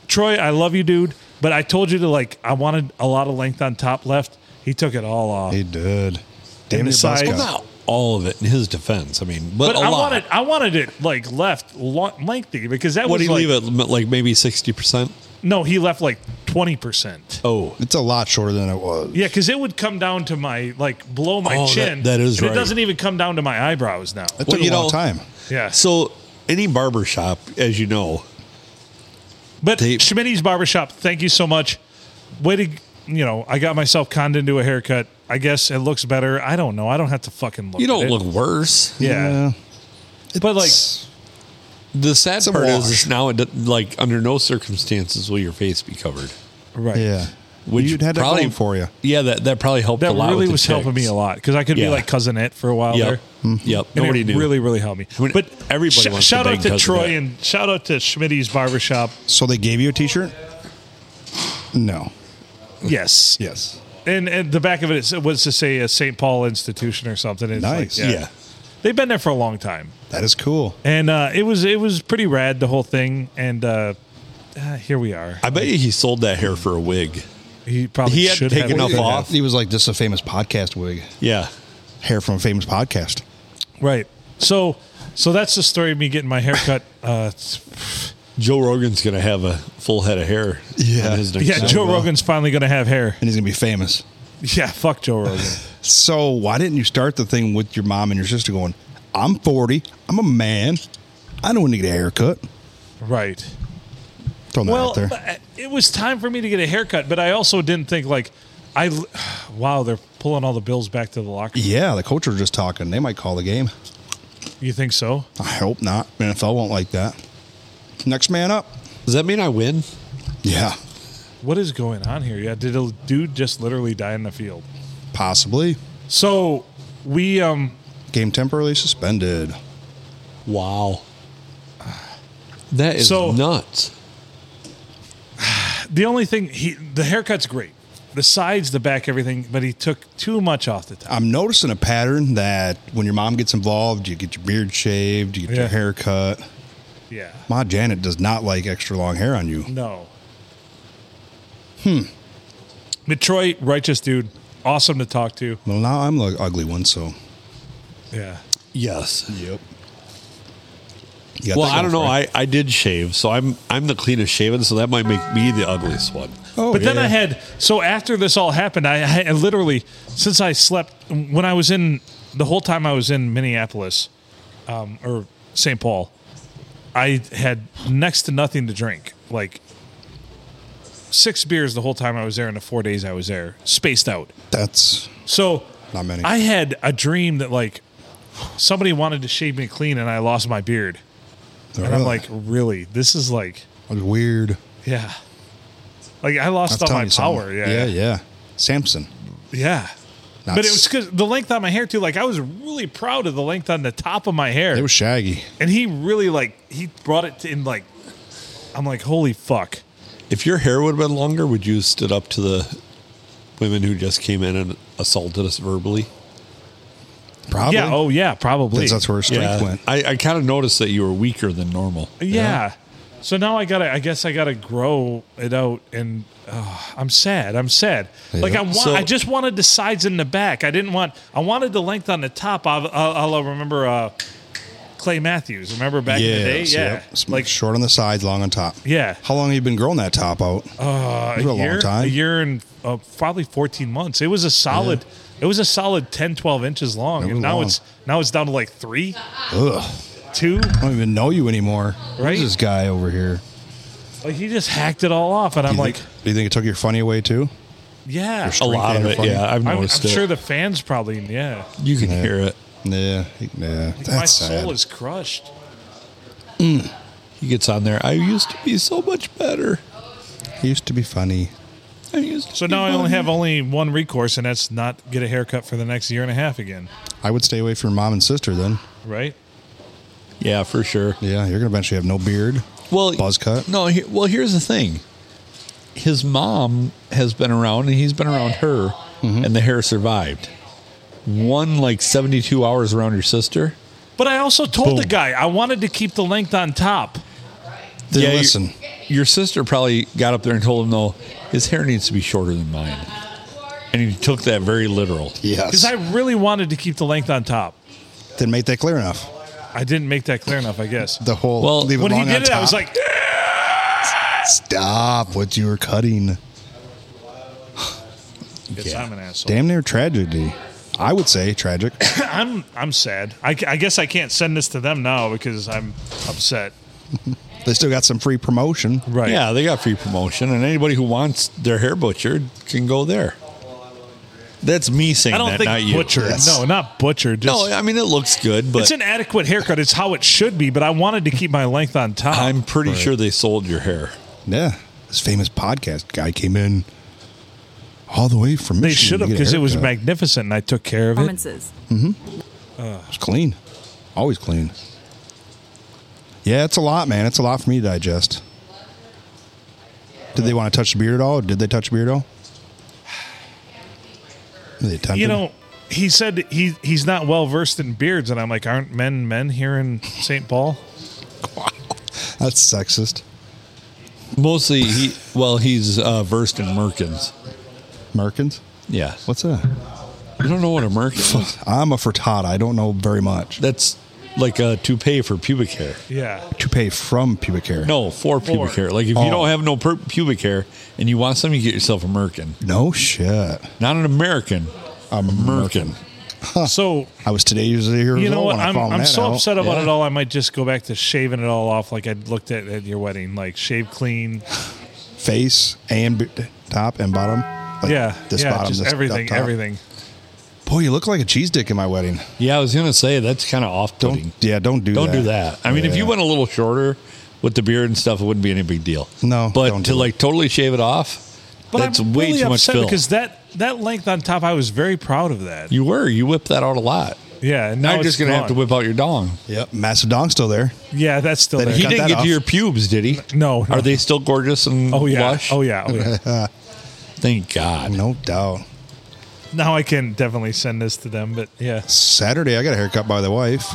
Speaker 1: Troy, I love you, dude. But I told you to like. I wanted a lot of length on top left. He took it all off.
Speaker 2: He did. Damn
Speaker 1: the
Speaker 2: it,
Speaker 1: sides.
Speaker 2: Buzzcut.
Speaker 1: Well,
Speaker 3: Not all of it in his defense. I mean, but,
Speaker 1: but
Speaker 3: a
Speaker 1: I
Speaker 3: lot.
Speaker 1: wanted, I wanted it like left lo- lengthy because that
Speaker 3: what
Speaker 1: was
Speaker 3: did he
Speaker 1: like,
Speaker 3: leave it like maybe sixty percent?
Speaker 1: No, he left like twenty percent.
Speaker 3: Oh,
Speaker 2: It's a lot shorter than it was.
Speaker 1: Yeah, because it would come down to my like below my
Speaker 3: Oh, that-
Speaker 1: chin.
Speaker 3: that is
Speaker 1: and It
Speaker 3: right.
Speaker 1: doesn't even come down to my eyebrows now.
Speaker 2: That
Speaker 3: Well,
Speaker 2: took a
Speaker 3: you
Speaker 2: long
Speaker 3: know-
Speaker 2: time.
Speaker 1: Yeah.
Speaker 3: so any barber shop, as you know,
Speaker 1: But
Speaker 3: They-
Speaker 1: Schmitty's Barbershop, thank you so much. Way to, you know, I got myself conned into a haircut. I guess it looks better. I don't know. I don't have to fucking look.
Speaker 3: you
Speaker 1: at
Speaker 3: don't
Speaker 1: it.
Speaker 3: look worse.
Speaker 1: Yeah. But like,
Speaker 2: It's-
Speaker 3: The sad
Speaker 2: a
Speaker 3: part is,
Speaker 2: wash.
Speaker 3: is now it doesn't- like under no circumstances will your face be covered.
Speaker 1: right.
Speaker 2: yeah.
Speaker 3: Which
Speaker 2: You'd had that
Speaker 3: probably
Speaker 2: going for you.
Speaker 3: Yeah, that, that probably helped a
Speaker 1: That
Speaker 3: lot.
Speaker 1: really
Speaker 3: with the
Speaker 1: was helping me
Speaker 3: chicks.
Speaker 1: a lot because I could
Speaker 3: Yeah.
Speaker 1: be like cousin it for a while there.
Speaker 3: Yep. Yep.
Speaker 1: And
Speaker 3: Nobody
Speaker 1: it
Speaker 3: knew.
Speaker 1: Really, really helped me.
Speaker 3: I mean,
Speaker 1: but
Speaker 3: everybody wants to
Speaker 1: shout
Speaker 3: bang
Speaker 1: out to
Speaker 3: Cousin
Speaker 1: Troy
Speaker 3: Ed.
Speaker 1: and shout out to Schmitty's Barbershop.
Speaker 2: So they gave you a T-shirt? No.
Speaker 1: Yes.
Speaker 2: Yes.
Speaker 1: And and the back of it is- was to say a St. Paul institution or something. It's
Speaker 2: Nice.
Speaker 1: Like, yeah.
Speaker 3: yeah.
Speaker 1: They've been there for a long time.
Speaker 2: That is cool.
Speaker 1: And uh, it was it was pretty rad the whole thing and uh, uh, here we are.
Speaker 3: I bet you he sold that hair for a wig.
Speaker 1: He probably
Speaker 3: He had
Speaker 1: should
Speaker 3: taken
Speaker 1: have
Speaker 3: off
Speaker 2: He-
Speaker 3: off.
Speaker 2: He was like, this is a famous podcast wig.
Speaker 3: Yeah.
Speaker 2: Hair from a famous podcast.
Speaker 1: Right. So so that's the story of me getting my haircut uh,
Speaker 3: Joe Rogan's going to have a full head of hair.
Speaker 2: Yeah.
Speaker 3: on his next
Speaker 1: Yeah,
Speaker 3: show.
Speaker 1: Joe Rogan's finally going to have hair.
Speaker 2: and he's gonna be famous.
Speaker 1: Yeah, fuck Joe Rogan.
Speaker 2: So why didn't you start the thing with your mom and your sister going, I'm 40, I'm a man, I don't need to get a haircut.
Speaker 1: right.
Speaker 2: Throwing that
Speaker 1: Well,
Speaker 2: out there.
Speaker 1: but it was time for me to get a haircut, but I also didn't think like I. Wow, they're pulling all the bills back to the locker.
Speaker 2: yeah, the coach were just talking. They might call the game.
Speaker 1: You think so?
Speaker 2: I hope not. NFL won't like that. Next man up.
Speaker 3: Does that mean I win?
Speaker 2: Yeah,
Speaker 1: What is going on here? Yeah, did a dude just literally die in the field?
Speaker 2: possibly.
Speaker 1: So we um
Speaker 2: Game temporarily suspended.
Speaker 3: Wow. That is
Speaker 1: So-
Speaker 3: nuts.
Speaker 1: the only thing he the haircut's great. The sides, the back, everything, but he took too much off the top.
Speaker 2: I'm noticing a pattern that when your mom gets involved, you get your beard shaved, you get
Speaker 1: Yeah.
Speaker 2: your hair cut.
Speaker 1: Yeah.
Speaker 2: Ma Janet does not like extra long hair on you.
Speaker 1: No. Hmm. Detroit, righteous dude. Awesome to talk to.
Speaker 2: Well, now I'm the ugly one, so.
Speaker 1: Yeah.
Speaker 3: Yes.
Speaker 2: Yep. You got
Speaker 3: Well,
Speaker 2: that
Speaker 3: I
Speaker 2: going
Speaker 3: don't know.
Speaker 2: for you.
Speaker 3: I, I did shave, so I'm I'm the cleanest shaven, so that might make me the ugliest one.
Speaker 2: Oh,
Speaker 1: but then
Speaker 2: yeah.
Speaker 1: I had so after this all happened, I, I I literally since I slept when I was in the whole time I was in Minneapolis um, or St. Paul, I had next to nothing to drink, like six beers the whole time I was there in the four days I was there, spaced out.
Speaker 2: That's
Speaker 1: So
Speaker 2: Not many.
Speaker 1: I had a dream that like somebody wanted to shave me clean, and I lost my beard, and I'm
Speaker 2: Really?
Speaker 1: like, really? This is like,
Speaker 2: That was weird.
Speaker 1: yeah. Like I lost
Speaker 2: That's
Speaker 1: all
Speaker 2: telling
Speaker 1: my
Speaker 2: you something.
Speaker 1: power.
Speaker 2: yeah, yeah. Samson.
Speaker 1: Yeah.
Speaker 2: Not
Speaker 1: But it
Speaker 2: s-
Speaker 1: was because the length on my hair too. Like I was really proud of the length on the top of my hair,
Speaker 2: It was shaggy.
Speaker 1: and he really like he brought it to, in like. I'm like, holy fuck!
Speaker 3: If your hair would have been longer, would you have stood up to the women who just came in and assaulted us verbally?
Speaker 2: Probably.
Speaker 1: Yeah, oh yeah, probably.
Speaker 2: Because that's where her strength went.
Speaker 3: I, I kind of noticed that you were weaker than normal.
Speaker 1: yeah. So now I gotta. I guess I gotta grow it out, and uh, I'm sad. I'm sad. Like I want.
Speaker 3: So-
Speaker 1: I just wanted the sides in the back. I didn't want. I wanted the length on the top. I'll, I'll, I'll remember uh, Clay Matthews. Remember back in the day?
Speaker 2: Yes,
Speaker 1: Yeah.
Speaker 2: yep. It's
Speaker 1: Like
Speaker 2: short on the sides, long on top.
Speaker 1: Yeah.
Speaker 2: How long have you been growing that top out?
Speaker 1: Uh,
Speaker 2: It was a long
Speaker 1: year,
Speaker 2: time.
Speaker 1: A year and uh, probably 14 months. It was a solid. It was a solid 10, 12 inches long,
Speaker 2: It
Speaker 1: and
Speaker 2: was
Speaker 1: now
Speaker 2: long.
Speaker 1: it's now it's down to like three,
Speaker 2: Ugh.
Speaker 1: two.
Speaker 2: I don't even know you anymore.
Speaker 1: Right?
Speaker 2: Who's this guy over here?
Speaker 1: Like he just hacked it all off, and I'm
Speaker 2: You
Speaker 1: like,
Speaker 2: think- do you think it took your funny away too?
Speaker 1: yeah,
Speaker 3: A lot of
Speaker 2: Strength
Speaker 3: it,
Speaker 2: and
Speaker 3: yeah. I've
Speaker 1: I'm, I'm
Speaker 3: noticed it.
Speaker 1: sure the fans probably, yeah.
Speaker 3: you can hear it.
Speaker 2: Yeah, yeah. That's
Speaker 1: My
Speaker 2: sad.
Speaker 1: soul is crushed.
Speaker 3: He gets on there. I used to be so much better.
Speaker 2: he used to be funny.
Speaker 3: I used to
Speaker 1: So
Speaker 3: be
Speaker 1: now I only
Speaker 3: funny.
Speaker 1: have only one recourse, and that's not get a haircut for the next year and a half again,
Speaker 2: I would stay away from your mom and sister then.
Speaker 1: right?
Speaker 3: Yeah, for sure.
Speaker 2: Yeah, you're gonna eventually have no beard.
Speaker 3: Well,
Speaker 2: Buzz cut?
Speaker 3: No. He, well, here's the thing. His mom has been around, and he's been around her,
Speaker 1: Mm-hmm.
Speaker 3: and the hair survived. One like seventy-two hours around your sister.
Speaker 1: But I also told the guy I wanted to keep the length on top.
Speaker 2: Then
Speaker 3: your-
Speaker 2: listen,
Speaker 3: your sister probably got up there and told him, "No, his hair needs to be shorter than mine," and he took that very literal.
Speaker 1: Because
Speaker 2: yes,
Speaker 1: I really wanted to keep the length on top.
Speaker 2: didn't make that clear enough.
Speaker 1: I didn't make that clear enough, I guess.
Speaker 2: The whole
Speaker 3: Well,
Speaker 2: leave it
Speaker 1: when he
Speaker 2: long on
Speaker 1: did it, I was
Speaker 2: top.
Speaker 1: like,
Speaker 2: stop what you were cutting.
Speaker 1: "Yes, I'm an asshole."
Speaker 2: Damn near tragedy. I would say tragic.
Speaker 1: I'm I'm sad. I, I guess I can't send this to them now because I'm upset.
Speaker 2: they still got some free promotion.
Speaker 1: Right? Yeah.
Speaker 3: Yeah, they got free promotion, and anybody who wants their hair butchered can go there. That's me saying
Speaker 1: I don't
Speaker 3: that,
Speaker 1: think
Speaker 3: not you.
Speaker 1: butchered.
Speaker 2: Yes.
Speaker 1: No, not butchered. Just,
Speaker 3: No, I mean it looks good, but
Speaker 1: it's an adequate haircut. It's how it should be. But I wanted to keep my length on top.
Speaker 3: I'm pretty sure they sold your hair.
Speaker 2: Yeah, this famous podcast guy came in all the way from
Speaker 1: they
Speaker 2: Michigan
Speaker 1: should
Speaker 2: to
Speaker 1: have
Speaker 2: get a
Speaker 1: because it was
Speaker 2: haircut.
Speaker 1: magnificent, and I took care of it.
Speaker 5: performances.
Speaker 2: It was clean, always clean. Yeah, it's a lot, man. It's a lot for me to digest. Did they want to touch the beard at all? Did they touch the beard at all? Were They tempted?
Speaker 1: You know, he said he he's not well versed in beards, and I'm like, "Aren't men men here in St. Paul?"
Speaker 2: that's sexist.
Speaker 3: Mostly, he well, he's uh, versed in merkins.
Speaker 2: Merkins,
Speaker 3: Yeah,
Speaker 2: what's that?
Speaker 3: you don't know what a merkin is?
Speaker 2: I'm a frittata. I don't know very much.
Speaker 3: That's like a toupee for pubic hair.
Speaker 1: Yeah.
Speaker 2: to pay from pubic hair.
Speaker 3: No, for
Speaker 1: For.
Speaker 3: pubic hair. Like if
Speaker 2: Oh.
Speaker 3: you don't have no per- pubic hair and you want some, you get yourself a merkin.
Speaker 2: No shit.
Speaker 3: Not an American. A merkin.
Speaker 1: So
Speaker 2: I was today usually here.
Speaker 1: you know what?
Speaker 2: When I
Speaker 1: I'm,
Speaker 2: found
Speaker 1: I'm
Speaker 2: that
Speaker 1: so
Speaker 2: out.
Speaker 1: upset about
Speaker 3: Yeah.
Speaker 1: it all. I might just go back to shaving it all off, like I looked at at your wedding, like shave clean.
Speaker 2: Face and b- top and bottom. Like
Speaker 1: yeah,
Speaker 2: This
Speaker 1: yeah,
Speaker 2: bottom.
Speaker 1: just
Speaker 2: this up
Speaker 1: everything,
Speaker 2: top.
Speaker 1: everything.
Speaker 2: Boy, you look like a cheese dick in my wedding.
Speaker 3: Yeah, I was gonna say that's kind of off-putting.
Speaker 2: Don't. Yeah. Don't do.
Speaker 3: Don't
Speaker 2: that.
Speaker 3: do that. I mean, if you
Speaker 2: Yeah.
Speaker 3: went a little shorter with the beard and stuff, it wouldn't be any big deal.
Speaker 2: No,
Speaker 3: but
Speaker 2: don't
Speaker 3: to
Speaker 2: do it.
Speaker 3: like totally shave it off,
Speaker 1: But
Speaker 3: that's
Speaker 1: I'm
Speaker 3: way
Speaker 1: really
Speaker 3: too much
Speaker 1: upset
Speaker 3: fill.
Speaker 1: because that that length on top, I was very proud of that.
Speaker 3: you were you whip that out a lot.
Speaker 1: yeah, and
Speaker 3: Now
Speaker 1: now
Speaker 3: you're just
Speaker 1: it's
Speaker 3: gonna have to
Speaker 1: gone.
Speaker 3: whip out your dong.
Speaker 2: Yep. Massive dong still there.
Speaker 1: Yeah, that's still
Speaker 2: That
Speaker 1: there.
Speaker 3: He
Speaker 2: Cut
Speaker 3: didn't
Speaker 2: that
Speaker 3: get
Speaker 2: off.
Speaker 3: to your pubes, did he?
Speaker 1: no, no.
Speaker 3: Are they still gorgeous and
Speaker 1: Oh yeah.
Speaker 3: lush?
Speaker 1: Oh yeah. Oh yeah.
Speaker 3: Thank God.
Speaker 2: No doubt.
Speaker 1: now I can definitely send this to them, but yeah,
Speaker 2: Saturday, I got a haircut by the wife.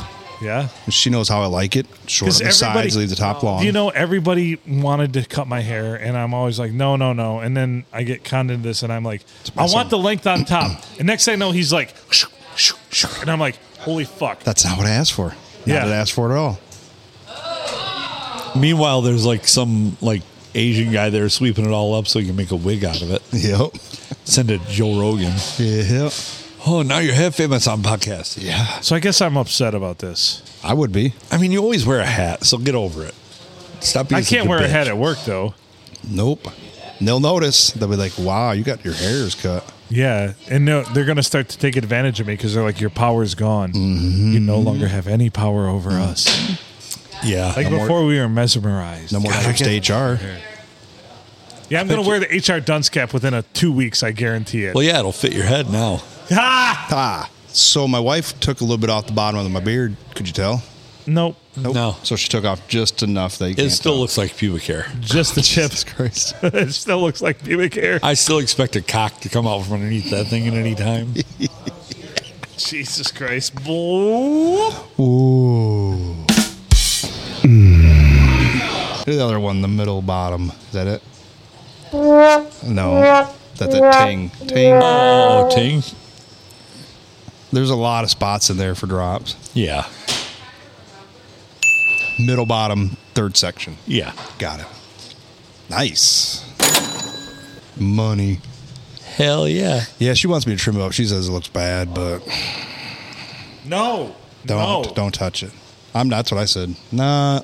Speaker 1: yeah.
Speaker 2: And she knows how I like it. Short
Speaker 1: 'Cause
Speaker 2: on the sides,
Speaker 1: everybody-
Speaker 2: leave the top long.
Speaker 1: You know, everybody wanted to cut my hair, and I'm always like, no, no, no. And then I get conned into this, and I'm like, I
Speaker 2: awesome.
Speaker 1: want the length on top. and next thing I know, he's like, shoo, shoo, shoo. and I'm like, holy fuck.
Speaker 2: That's not what I asked for. Not
Speaker 1: Yeah.
Speaker 2: what I asked for at all.
Speaker 3: Meanwhile, there's like some like Asian guy there sweeping it all up so he can make a wig out of it.
Speaker 2: Yep.
Speaker 3: Send it to Joe Rogan.
Speaker 2: Yep.
Speaker 3: Oh, now you're half famous on podcast.
Speaker 2: Yeah.
Speaker 1: So I guess I'm upset about this.
Speaker 2: I would be.
Speaker 3: I mean, you always wear a hat, so get over it. Stop. Being
Speaker 1: I can't wear a hat at work though.
Speaker 2: Nope. They'll notice. They'll be like, wow, you got your hairs cut.
Speaker 1: Yeah, and no, they're going to start to take advantage of me because they're like, your power's gone. You
Speaker 2: Mm-hmm.
Speaker 1: no longer have any power over us.
Speaker 3: Yeah,
Speaker 1: Like
Speaker 2: more-
Speaker 1: before, we were mesmerized.
Speaker 2: No more trips to HR.
Speaker 1: Yeah, I'm going to wear the HR dunce cap within a two weeks. I guarantee it.
Speaker 3: Well, yeah, it'll fit your head now.
Speaker 1: Ah!
Speaker 2: Ah. So my wife took a little bit off the bottom of my beard. Could you tell?
Speaker 1: Nope,
Speaker 3: Nope. No,
Speaker 2: So she took off just enough that you
Speaker 3: it
Speaker 2: can't
Speaker 3: still
Speaker 2: tell.
Speaker 3: looks like pubic hair.
Speaker 1: just the tip.
Speaker 2: Jesus Christ.
Speaker 1: it still looks like pubic hair.
Speaker 3: I still expect a cock to come out from underneath that thing at any time.
Speaker 1: Jesus Christ. Boop.
Speaker 2: Ooh. The other one, the middle bottom. Is that it? No. That's a ting. Ting.
Speaker 3: Oh, ting.
Speaker 2: There's a lot of spots in there for drops.
Speaker 3: Yeah,
Speaker 2: Middle bottom, third section.
Speaker 3: yeah.
Speaker 2: Got it. Nice. Money.
Speaker 3: Hell yeah.
Speaker 2: Yeah, she wants me to trim it up. She says it looks bad, but
Speaker 1: No.
Speaker 2: don't
Speaker 1: No.
Speaker 2: don't touch it. I'm that's what I said. Nah,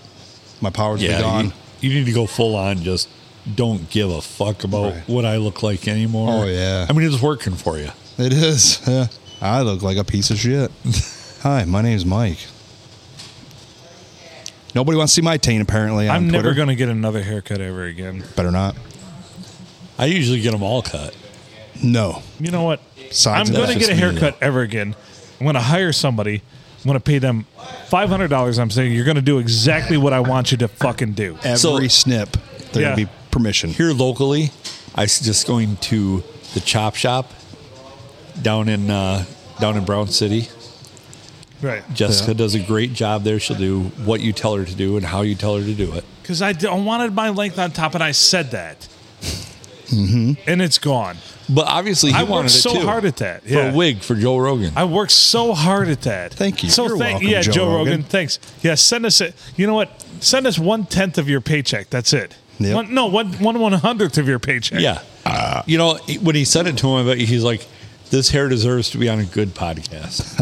Speaker 2: my powers be
Speaker 3: Yeah,
Speaker 2: gone.
Speaker 3: you, you need to go full on. Just don't give a fuck about
Speaker 2: Right.
Speaker 3: what I look like anymore.
Speaker 2: Oh, yeah.
Speaker 3: I mean, it's working for you.
Speaker 2: It is. Yeah. I look like a piece of shit. Hi, my name's Mike. Nobody wants to see my taint apparently on
Speaker 1: I'm
Speaker 2: Twitter.
Speaker 1: never going to get another haircut ever again.
Speaker 2: Better not.
Speaker 3: I usually get them all cut.
Speaker 2: No.
Speaker 1: You know what?
Speaker 2: Sides
Speaker 1: I'm
Speaker 2: of
Speaker 1: going to
Speaker 2: that.
Speaker 1: get a
Speaker 3: Just me,
Speaker 1: haircut ever again. I'm going to hire somebody. I'm going to pay them $500. I'm saying you're going to do exactly what I want you to fucking do.
Speaker 2: Every
Speaker 3: So-
Speaker 2: snip, there
Speaker 1: Yeah.
Speaker 2: will be permission.
Speaker 3: Here locally, I was just going to the chop shop down in uh, down in Brown City.
Speaker 1: Right.
Speaker 3: Jessica does a great job there. She'll do what you tell her to do and how you tell her to do it.
Speaker 1: Because I, d- I wanted my length on top and I said that. And it's gone.
Speaker 3: But obviously, Mm-hmm. he
Speaker 1: I
Speaker 3: wanted
Speaker 1: worked so
Speaker 3: it too.
Speaker 1: hard at that.
Speaker 3: for
Speaker 1: Yeah.
Speaker 3: a wig for Joe Rogan.
Speaker 1: I worked so hard at that.
Speaker 2: Thank you.
Speaker 1: So
Speaker 2: You're
Speaker 1: thank
Speaker 2: welcome,
Speaker 1: yeah, Joe,
Speaker 2: Joe
Speaker 1: Rogan.
Speaker 2: Rogan.
Speaker 1: Thanks. Yeah, send us it. You know what? Send us one tenth of your paycheck. That's it.
Speaker 2: Yep.
Speaker 1: One, no, one one one hundredth of your paycheck.
Speaker 3: yeah, Uh, you know when he said it to him, I bet he's like, "This hair deserves to be on a good podcast."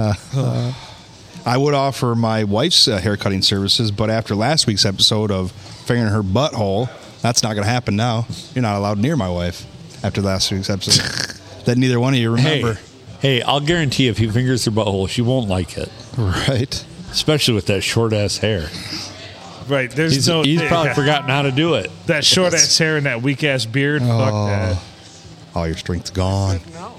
Speaker 2: I would offer my wife's uh, haircutting services, but after last week's episode of fingering her butthole, that's not going to happen now. You're not allowed near my wife after last week's episode. that neither one of you
Speaker 3: hey,
Speaker 2: remember.
Speaker 3: hey, I'll guarantee if he fingers her butthole, she won't like it,
Speaker 2: Right.
Speaker 3: especially with that short ass hair.
Speaker 1: Right. There's
Speaker 3: He's,
Speaker 1: no.
Speaker 3: he's probably
Speaker 1: yeah.
Speaker 3: forgotten how to do it.
Speaker 1: that short ass hair and that weak ass beard. Fuck that.
Speaker 2: All your strength's gone.
Speaker 5: No.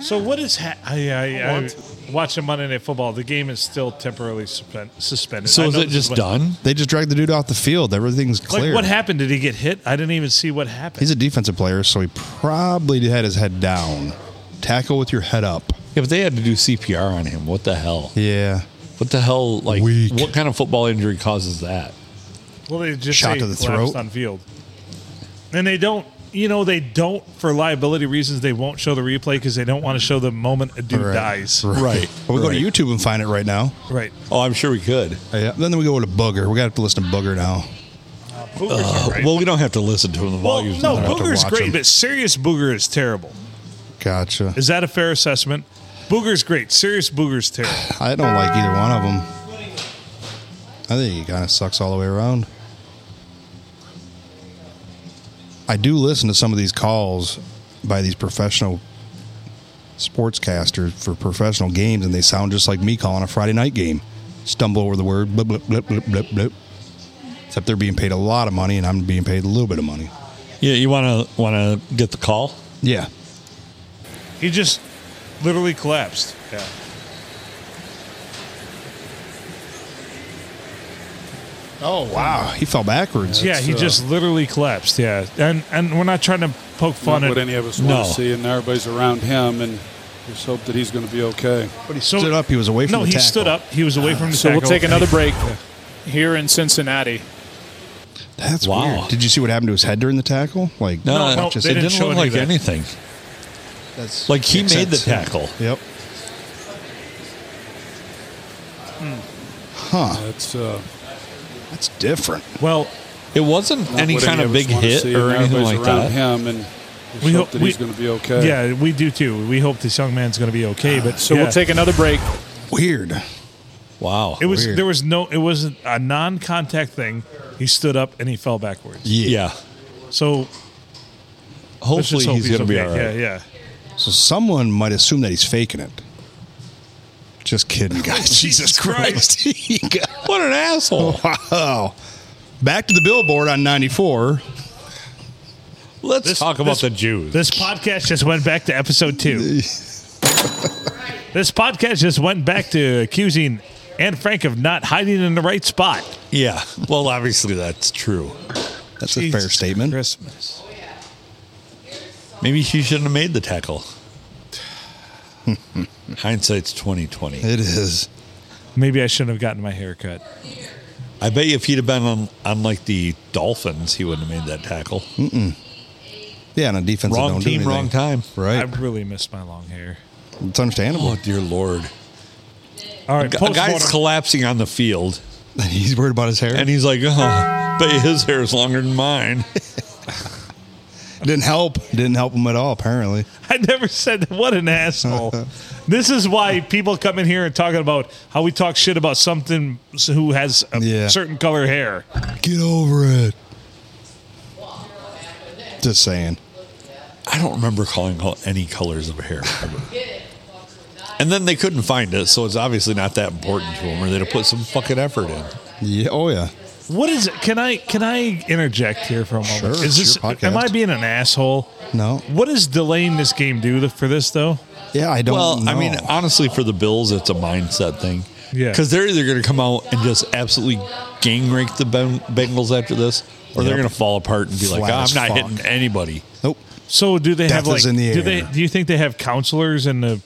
Speaker 1: So what is ha- I, I, I watching Monday Night Football? The game is still temporarily suspend, suspended.
Speaker 3: So
Speaker 1: I
Speaker 3: is
Speaker 1: know
Speaker 3: it
Speaker 1: this
Speaker 3: just
Speaker 1: what-
Speaker 3: done?
Speaker 2: They just dragged the dude off the field. Everything's
Speaker 1: Like
Speaker 2: clear.
Speaker 1: what happened? Did he get hit? I didn't even see what happened.
Speaker 2: He's a defensive player, so he probably had his head down. Tackle with your head up.
Speaker 3: If they had to do CPR on him, what the hell?
Speaker 2: Yeah.
Speaker 3: What the hell? Like,
Speaker 2: Weak.
Speaker 3: what kind of football injury causes that?
Speaker 1: Well, they just
Speaker 2: Shot
Speaker 1: say
Speaker 2: to the
Speaker 1: collapsed
Speaker 2: throat.
Speaker 1: on field, and they don't you know they don't for liability reasons they won't show the replay because they don't want to show the moment a dude
Speaker 2: Right.
Speaker 1: dies.
Speaker 3: Right.
Speaker 2: But we go to
Speaker 3: Right.
Speaker 2: YouTube and find it right now.
Speaker 1: Right.
Speaker 3: Oh, I'm sure we could.
Speaker 2: Yeah. Then we go to Booger. We got to listen to Booger now.
Speaker 1: Boogers are great.
Speaker 3: Well, we don't have to listen to him. The
Speaker 1: Well,
Speaker 3: volume's
Speaker 1: no,
Speaker 3: not up.
Speaker 2: have to
Speaker 1: Booger's
Speaker 2: watch
Speaker 1: great,
Speaker 2: them.
Speaker 1: but serious Booger is terrible.
Speaker 2: Gotcha.
Speaker 1: Is that a fair assessment? Booger's great. Serious Booger's terrible.
Speaker 2: I don't like either one of them. I think he kind of sucks all the way around. I do listen to some of these calls by these professional sportscasters for professional games, and they sound just like me calling a Friday night game. Stumble over the word, blip, blip, blip, blip, blip, blip. Except they're being paid a lot of money, and I'm being paid a little bit of money.
Speaker 3: Yeah, you want to want to get the call?
Speaker 2: Yeah.
Speaker 1: He just literally collapsed. Yeah.
Speaker 2: Oh, wow. He fell backwards.
Speaker 1: Yeah, he
Speaker 5: uh,
Speaker 1: just literally collapsed. Yeah, and and we're not trying to poke fun at
Speaker 5: Not what any of us
Speaker 3: No.
Speaker 5: want to see, and everybody's around him, and just hope that he's going to be okay.
Speaker 2: But he
Speaker 1: So-
Speaker 2: stood up. He was away from
Speaker 1: No,
Speaker 2: the
Speaker 1: he
Speaker 2: tackle.
Speaker 1: stood up. He was away from the
Speaker 6: So we'll
Speaker 1: tackle.
Speaker 6: take another break here in Cincinnati.
Speaker 2: That's
Speaker 3: Wow.
Speaker 2: weird. Did you see what happened to his head during the tackle? Like,
Speaker 1: No, no,
Speaker 3: just-
Speaker 1: they
Speaker 3: it
Speaker 1: didn't
Speaker 3: didn't,
Speaker 1: show
Speaker 3: look
Speaker 1: any
Speaker 3: like
Speaker 1: of that.
Speaker 3: anything.
Speaker 2: That's
Speaker 3: Like, he
Speaker 2: makes
Speaker 3: made the
Speaker 2: sense, yeah.
Speaker 3: tackle.
Speaker 2: Yep. Hmm. Huh.
Speaker 5: That's uh,
Speaker 2: That's different.
Speaker 1: Well,
Speaker 3: It wasn't
Speaker 5: not
Speaker 3: any
Speaker 5: what
Speaker 3: kind
Speaker 5: any
Speaker 3: of
Speaker 5: us
Speaker 3: big
Speaker 5: want to
Speaker 3: hit
Speaker 5: see,
Speaker 3: or
Speaker 5: and
Speaker 3: anything
Speaker 5: everybody's
Speaker 3: like
Speaker 5: around
Speaker 3: that.
Speaker 5: Him, and just
Speaker 1: We
Speaker 5: hope,
Speaker 1: hope-
Speaker 5: that he's
Speaker 1: we-
Speaker 5: going to be okay.
Speaker 1: yeah, we do too. We hope this young man's going to be okay. But
Speaker 6: So
Speaker 1: yeah.
Speaker 6: we'll take another break.
Speaker 2: Weird.
Speaker 3: Wow.
Speaker 1: It was
Speaker 2: Weird.
Speaker 1: there was no. It wasn't a non-contact thing. He stood up and he fell backwards.
Speaker 3: yeah.
Speaker 1: So let's
Speaker 3: Hopefully
Speaker 1: just hope
Speaker 3: he's,
Speaker 1: he's,
Speaker 3: going to be
Speaker 1: okay.
Speaker 3: all right.
Speaker 1: Yeah,
Speaker 2: So someone might assume that he's faking it. Just kidding, guys.
Speaker 1: Jesus Christ.
Speaker 2: He got-
Speaker 3: What an asshole.
Speaker 2: wow. Back to the billboard on 94.
Speaker 3: Let's
Speaker 1: This-
Speaker 3: talk about
Speaker 1: this-
Speaker 3: the Jews.
Speaker 1: yeah. This podcast just went back to episode two. this podcast just went back to accusing Anne Frank of not hiding in the right spot.
Speaker 3: yeah. Well, obviously that's true.
Speaker 2: That's a
Speaker 1: Jesus
Speaker 2: fair statement.
Speaker 1: Christmas.
Speaker 3: Maybe she shouldn't have made the tackle. Hindsight's twenty twenty.
Speaker 2: It is.
Speaker 1: Maybe I shouldn't have gotten my hair cut.
Speaker 3: I bet you if he'd have been on, on like the Dolphins, he wouldn't have made that tackle.
Speaker 2: Yeah, on a defense that
Speaker 3: Wrong
Speaker 2: don't do
Speaker 3: team, wrong
Speaker 2: anything.
Speaker 3: time.
Speaker 1: I
Speaker 2: Right.
Speaker 1: really missed my long hair.
Speaker 2: It's understandable.
Speaker 3: Oh dear lord!
Speaker 1: All right,
Speaker 3: A guy's
Speaker 1: postmortem.
Speaker 3: collapsing on the field,
Speaker 2: He's worried about his hair.
Speaker 3: and he's like, "Oh, but his hair is longer than mine."
Speaker 2: Didn't help. Didn't help him at all, apparently.
Speaker 1: I never said that. What an asshole. this is why people come in here and talking about how we talk shit about something who has a
Speaker 2: Yeah.
Speaker 1: certain color hair.
Speaker 2: Get over it. Just saying.
Speaker 3: I don't remember calling all- any colors of hair ever. And then they couldn't find it, so it's obviously not that important to them, or they'd have put some fucking effort in.
Speaker 2: Yeah. Oh yeah.
Speaker 1: What is it? Can I can I interject here for a moment?
Speaker 2: Sure,
Speaker 1: is
Speaker 2: it's
Speaker 1: this
Speaker 2: your podcast.
Speaker 1: am I being an asshole?
Speaker 2: No.
Speaker 1: What does delaying this game do th- for this though?
Speaker 2: Yeah, I don't.
Speaker 3: Well, I
Speaker 2: know.
Speaker 3: mean, honestly, for the Bills, it's a mindset thing.
Speaker 1: Yeah.
Speaker 3: Because they're either going to come out and just absolutely gang rake the Ben- Bengals after this, or they're
Speaker 2: Yep.
Speaker 3: going to fall apart and be like,
Speaker 2: Flat
Speaker 3: "Ah,
Speaker 2: as
Speaker 3: I'm not
Speaker 2: fuck."
Speaker 3: hitting anybody.
Speaker 2: nope.
Speaker 1: So do they have
Speaker 2: Death
Speaker 1: like
Speaker 2: is in the
Speaker 1: do they
Speaker 2: air.
Speaker 1: do you think they have counselors in the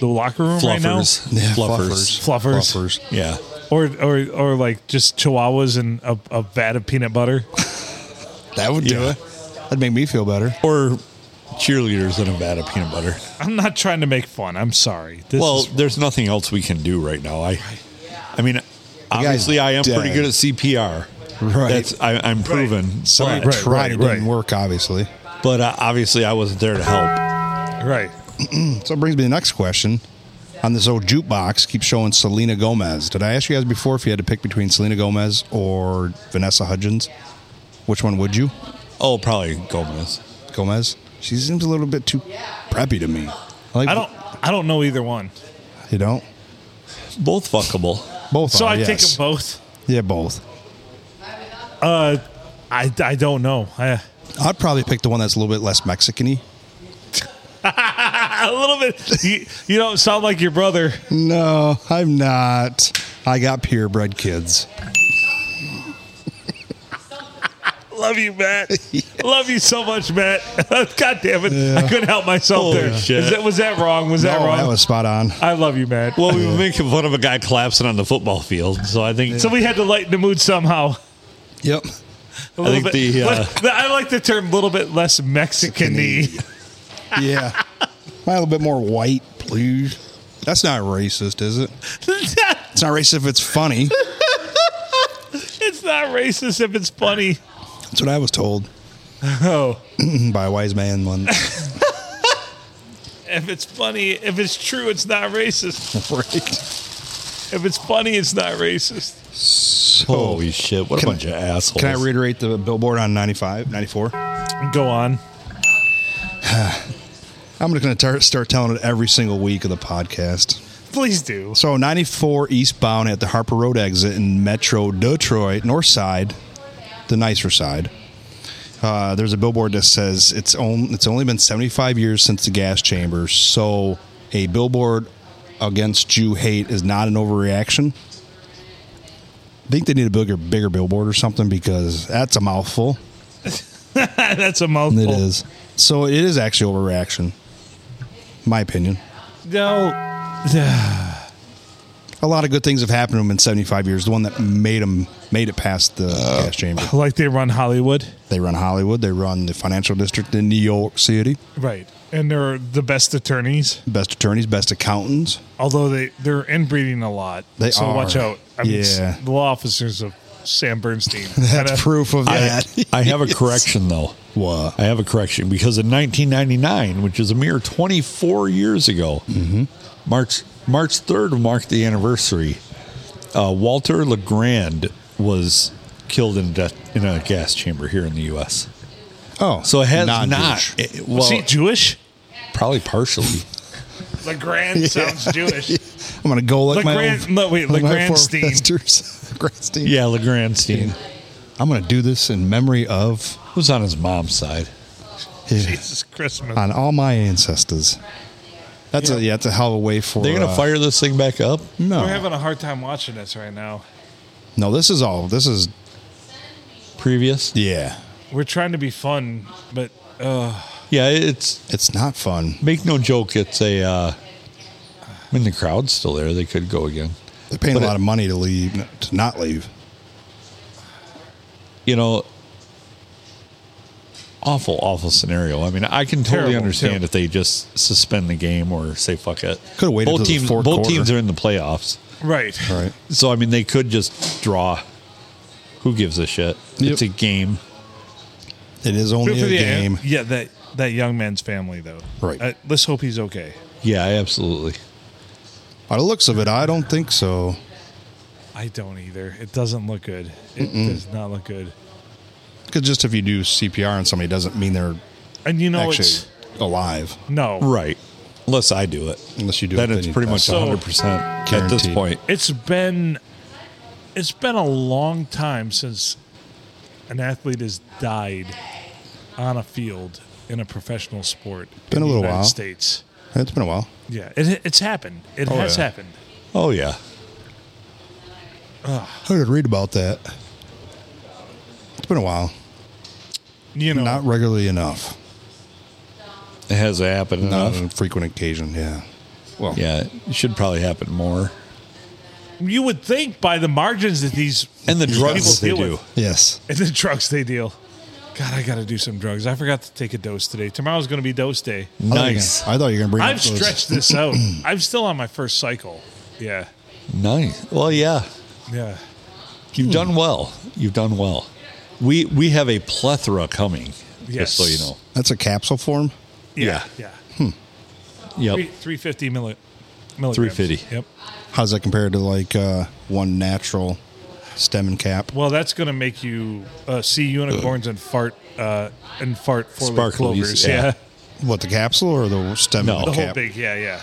Speaker 1: the locker room right now?
Speaker 3: Fluffers.
Speaker 2: Yeah,
Speaker 3: fluffers.
Speaker 1: Fluffers.
Speaker 2: Fluffers.
Speaker 3: Yeah.
Speaker 1: Or or or like just chihuahuas and a, a vat of peanut butter?
Speaker 2: That would do
Speaker 3: Yeah.
Speaker 2: it. That'd make me feel better.
Speaker 3: Or cheerleaders in a vat of peanut butter.
Speaker 1: I'm not trying to make fun. I'm sorry. This
Speaker 3: well,
Speaker 1: is
Speaker 3: there's nothing else we can do right now. I, I mean, obviously, I am pretty
Speaker 2: dead.
Speaker 3: good at CPR.
Speaker 2: Right.
Speaker 3: That's I, I'm proven.
Speaker 2: Somebody
Speaker 3: but
Speaker 2: tried.
Speaker 1: right,
Speaker 2: it didn't
Speaker 1: right.
Speaker 2: work, obviously.
Speaker 3: but uh, obviously, I wasn't there to help.
Speaker 1: right.
Speaker 2: So it brings me to the next question. On this old jukebox, keep showing Selena Gomez. Did I ask you guys before if you had to pick between Selena Gomez or Vanessa Hudgens? Which one would you?
Speaker 3: Oh, probably Gomez.
Speaker 2: Gomez. She seems a little bit too preppy to me. like,
Speaker 1: I don't I don't know either one.
Speaker 2: You don't.
Speaker 3: Both fuckable.
Speaker 2: Both.
Speaker 1: So
Speaker 2: are,
Speaker 1: I
Speaker 2: yes.
Speaker 1: take them both.
Speaker 2: Yeah, both.
Speaker 1: Uh I, I don't know. I,
Speaker 2: I'd probably pick the one that's a little bit less Mexican-y.
Speaker 1: a little bit. You, you don't sound like your brother.
Speaker 2: No, I'm not. I got purebred kids.
Speaker 1: Love you, Matt. Love you so much, Matt. God damn it. I couldn't help myself
Speaker 3: Holy
Speaker 1: there.
Speaker 3: shit.
Speaker 1: Is that, was that wrong? Was that
Speaker 2: no,
Speaker 1: wrong?
Speaker 2: Oh, that was spot on.
Speaker 1: I love you, Matt.
Speaker 3: Well, we were making fun of a guy collapsing on the football field, so I think
Speaker 1: so we had to lighten the mood somehow.
Speaker 2: Yep.
Speaker 1: A little
Speaker 3: think
Speaker 1: bit-
Speaker 3: the, uh,
Speaker 1: but I like the term a little bit less Mexican-y.
Speaker 2: Yeah. Am I a little bit more white, please? That's not racist, is it? It's not racist if it's funny.
Speaker 1: it's not racist if it's funny.
Speaker 2: That's what I was told
Speaker 1: Oh,
Speaker 2: by a wise man once.
Speaker 1: if it's funny, if it's true, it's not racist.
Speaker 2: right.
Speaker 1: If it's funny, it's not racist.
Speaker 3: Holy shit! What a
Speaker 2: Can I-
Speaker 3: bunch of assholes.
Speaker 2: Can I reiterate the billboard on 95, 94?
Speaker 1: Go on.
Speaker 2: I'm going to tar- start telling it every single week of the podcast.
Speaker 1: Please do.
Speaker 2: So 94 eastbound at the Harper Road exit in Metro Detroit, north side, the nicer side. Uh, there's a billboard that says it's only it's only been 75 years since the gas chamber. So a billboard against Jew hate is not an overreaction. I think they need a bigger bigger billboard or something because that's a mouthful.
Speaker 1: That's a
Speaker 2: It
Speaker 1: mouthful.
Speaker 2: is So it is actually overreaction. My opinion.
Speaker 1: No.
Speaker 2: a lot of good things have happened to him in 75 years. The one that made him made it past the
Speaker 3: Uh,
Speaker 2: gas chamber.
Speaker 1: Like they run Hollywood.
Speaker 2: They run Hollywood. They run the financial district in New York City.
Speaker 1: Right. And they're the best attorneys,
Speaker 2: Best attorneys, best accountants.
Speaker 1: although they, they're inbreeding a lot.
Speaker 2: They
Speaker 1: so
Speaker 2: are.
Speaker 1: watch out. I mean, s-
Speaker 2: Yeah.
Speaker 1: the law officers of Sam Bernstein.
Speaker 2: That's
Speaker 1: Kinda-
Speaker 2: proof of
Speaker 3: I,
Speaker 2: that.
Speaker 3: I have a correction though.
Speaker 2: What?
Speaker 3: I have a correction because in 1999, which is a mere 24 years ago,
Speaker 2: Mm-hmm.
Speaker 3: March March 3rd marked the anniversary. Uh, Walter Legrand was killed in a death in a gas chamber here in the U.S.
Speaker 2: Oh,
Speaker 3: So it has
Speaker 2: non-Jewish.
Speaker 3: not. it- well,
Speaker 1: Was he Jewish?
Speaker 3: probably partially.
Speaker 1: LeGrand sounds Jewish.
Speaker 2: I'm gonna go like
Speaker 1: Legrand-
Speaker 2: my
Speaker 1: no, wait,
Speaker 2: like my
Speaker 1: Legrandstein.
Speaker 2: forecasters. Legrandstein.
Speaker 3: yeah, Legrandstein.
Speaker 2: I'm gonna do this in memory of
Speaker 3: Who's on his mom's side?
Speaker 2: his,
Speaker 1: Jesus Christmas.
Speaker 2: on all my ancestors. That's a yeah, that's a hell of a way for.
Speaker 3: They're gonna
Speaker 2: uh,
Speaker 3: fire this thing back up.
Speaker 1: We're
Speaker 2: No,
Speaker 1: having a hard time watching this right now.
Speaker 2: no. This is all. This is
Speaker 3: Previous.
Speaker 2: yeah.
Speaker 1: We're trying to be fun, but uh,
Speaker 3: Yeah, it's
Speaker 2: It's not fun.
Speaker 3: Make no joke, it's a. Uh, I mean, the crowd's still there. They could go again.
Speaker 2: They're paying
Speaker 3: But
Speaker 2: a lot of
Speaker 3: it-
Speaker 2: money to leave, to not leave.
Speaker 3: You know, awful, awful scenario. I mean, I can totally
Speaker 1: Terrible,
Speaker 3: understand
Speaker 1: terrible.
Speaker 3: if they just suspend the game or say fuck it.
Speaker 2: Could've waited till
Speaker 3: Both
Speaker 2: the
Speaker 3: teams,
Speaker 2: fourth
Speaker 3: both
Speaker 2: quarter.
Speaker 3: teams are in the playoffs,
Speaker 1: right.
Speaker 2: Right.
Speaker 3: so I mean, they could just draw. Who gives a shit?
Speaker 2: Yep.
Speaker 3: It's a game.
Speaker 2: It is
Speaker 1: Good
Speaker 2: only
Speaker 1: for
Speaker 2: a
Speaker 1: the- uh,
Speaker 2: game.
Speaker 1: Yeah, that that young man's family though.
Speaker 2: Right.
Speaker 1: Uh, let's hope he's okay.
Speaker 3: Yeah, absolutely.
Speaker 2: By the looks of it, I don't think so.
Speaker 1: I don't either. It doesn't look good. It does not look good.
Speaker 2: Because just if you do CPR on somebody doesn't mean they're
Speaker 1: And you know
Speaker 2: actually
Speaker 1: it's
Speaker 2: alive.
Speaker 1: no.
Speaker 3: Right. Unless I do it.
Speaker 2: Unless you do
Speaker 3: Then
Speaker 2: it,
Speaker 3: it's
Speaker 2: then you
Speaker 3: pretty
Speaker 2: pass.
Speaker 3: much
Speaker 1: So-
Speaker 3: 100% at this
Speaker 2: Guaranteed.
Speaker 3: point.
Speaker 1: It's been it's been a long time since an athlete has died on a field in a professional sport.
Speaker 2: Been
Speaker 1: in the
Speaker 2: a little
Speaker 1: United
Speaker 2: while.
Speaker 1: States.
Speaker 2: It's been a while.
Speaker 1: Yeah, it, it's happened. It
Speaker 2: Oh,
Speaker 1: has
Speaker 2: yeah.
Speaker 1: happened.
Speaker 3: Oh, yeah.
Speaker 2: I did read about that. It's been a while.
Speaker 1: You know,
Speaker 2: Not regularly enough.
Speaker 3: It has happened
Speaker 2: Not
Speaker 3: enough.
Speaker 2: on a frequent occasion. Yeah. Well,
Speaker 3: Yeah, it should probably happen more.
Speaker 1: you would think by the margins that these
Speaker 3: And the drugs they
Speaker 1: people deal
Speaker 3: do.
Speaker 1: with
Speaker 2: Yes.
Speaker 1: and the drugs they deal. God, I got to do some drugs. I forgot to take a dose today. Tomorrow's going to be dose day.
Speaker 3: Nice.
Speaker 2: I thought you were going to bring.
Speaker 1: I've
Speaker 2: up those-
Speaker 1: stretched this out. I'm still on my first cycle. Yeah,
Speaker 3: Nice. Well, yeah.
Speaker 1: yeah.
Speaker 3: You've
Speaker 1: Hmm.
Speaker 3: done well. You've done well. We we have a plethora coming.
Speaker 1: Yes.
Speaker 3: Just so you know.
Speaker 2: That's a capsule form.
Speaker 1: Yeah. Yeah. Three,
Speaker 3: Yep.
Speaker 1: 350 milli- milligrams.
Speaker 3: 350.
Speaker 1: Yep.
Speaker 2: How's that compared to like uh, one natural stem and cap?
Speaker 1: Well, that's going to make you uh, see unicorns and fart uh, and fart four leaf
Speaker 3: Sparkles,
Speaker 1: clovers.
Speaker 3: yeah.
Speaker 1: Yeah.
Speaker 2: What the capsule or the stem?
Speaker 3: No.
Speaker 2: and
Speaker 1: The
Speaker 2: cap?
Speaker 1: whole big. Yeah, yeah.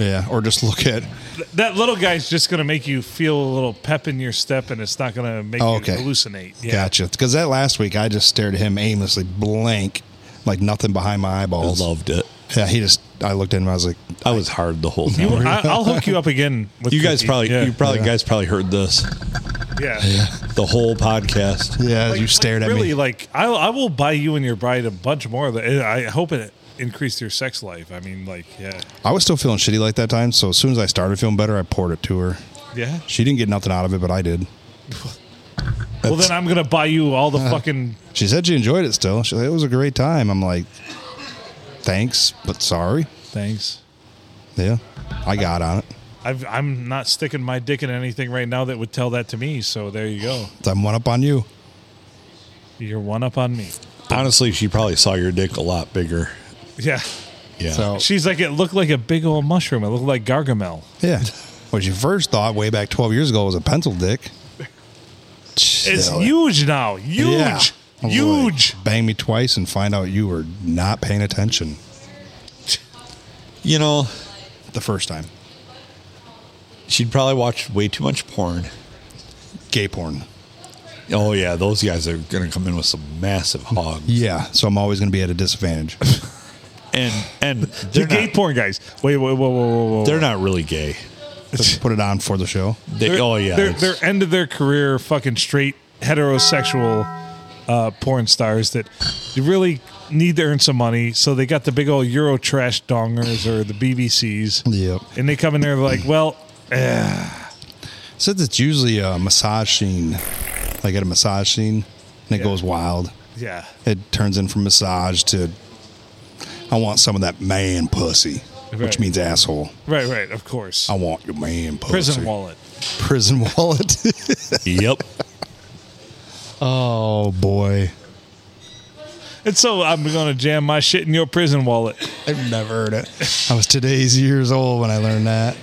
Speaker 2: Yeah, or just look at.
Speaker 1: Th- That little guy's just going to make you feel a little pep in your step, and it's not going to make
Speaker 2: Oh,
Speaker 1: you
Speaker 2: okay.
Speaker 1: hallucinate. Yeah.
Speaker 2: Gotcha. Because that last week, I just stared at him aimlessly, blank, like nothing behind my eyeballs.
Speaker 3: Loved it.
Speaker 2: Yeah, he just. I looked at him. I was like,
Speaker 3: I was hard the whole
Speaker 1: You,
Speaker 3: time.
Speaker 1: I, I'll hook you up again. With
Speaker 3: You guys
Speaker 1: cookie.
Speaker 3: probably
Speaker 1: Yeah.
Speaker 3: you probably guys probably heard this
Speaker 1: yeah.
Speaker 3: the whole podcast.
Speaker 2: "Yeah."
Speaker 1: Like-
Speaker 2: you stared
Speaker 1: like,
Speaker 2: at
Speaker 1: really,
Speaker 2: me.
Speaker 1: Like I, I will buy you and your bride a bunch more. Of the, I hope it increased your sex life. I mean, like, yeah,
Speaker 2: I was still feeling shitty like that time. So as soon as I started feeling better, I poured it to her.
Speaker 1: yeah.
Speaker 2: She didn't get nothing out of it, but I did.
Speaker 1: Well, then I'm gonna buy you all
Speaker 3: Uh-huh.
Speaker 1: the fucking.
Speaker 2: She said she enjoyed it still. She, it was a great time. I'm like, thanks, but sorry.
Speaker 1: Thanks.
Speaker 2: Yeah, I got on it.
Speaker 1: I've, I'm not sticking my dick in anything right now that would tell that to me. So there you go.
Speaker 2: I'm one up on you.
Speaker 1: You're one up on me.
Speaker 3: Honestly, she probably saw your dick a lot bigger.
Speaker 1: Yeah.
Speaker 3: Yeah.
Speaker 2: So
Speaker 1: She's like, it looked like a big old mushroom. It looked like Gargamel.
Speaker 2: yeah, what you first thought way back 12 years ago was a pencil dick.
Speaker 1: It's
Speaker 2: Silly.
Speaker 1: huge now. Huge.
Speaker 2: Yeah.
Speaker 3: Oh,
Speaker 2: I'm
Speaker 1: Huge.
Speaker 2: like, bang me twice and find out you were not paying attention
Speaker 3: you know,
Speaker 2: the first time.
Speaker 3: she'd probably watched way too much porn.
Speaker 2: Gay porn.
Speaker 3: Oh yeah, those guys are gonna come in with some massive hog.
Speaker 2: Yeah, so I'm always going to be at a disadvantage.
Speaker 3: And and
Speaker 1: The
Speaker 3: they're
Speaker 1: gay
Speaker 3: not,
Speaker 1: porn guys. Wait, wait, whoa, whoa, whoa, whoa.
Speaker 3: they're not really gay.
Speaker 2: Just put it on for the show.
Speaker 3: They,
Speaker 1: They're-
Speaker 3: oh yeah,
Speaker 1: They're,
Speaker 3: it's-
Speaker 1: they're end of their career fucking straight heterosexual uh, porn stars that really need to earn some money. So they got the big old Euro trash dongers or the BBCs.
Speaker 2: Yep.
Speaker 1: And they come in there like, well,
Speaker 2: Says it's usually a massage scene, like at a massage scene, and it
Speaker 1: Yeah.
Speaker 2: goes wild.
Speaker 1: yeah.
Speaker 2: It turns in from massage to, I want some of that man pussy,
Speaker 1: Right.
Speaker 2: which means asshole.
Speaker 1: Right, right, of course.
Speaker 2: I want your man pussy.
Speaker 1: Prison wallet.
Speaker 2: Prison wallet.
Speaker 3: yep.
Speaker 2: oh boy,
Speaker 1: And so I'm going to jam my shit in your prison wallet.
Speaker 2: I've never heard it. I was today's years old when I learned that.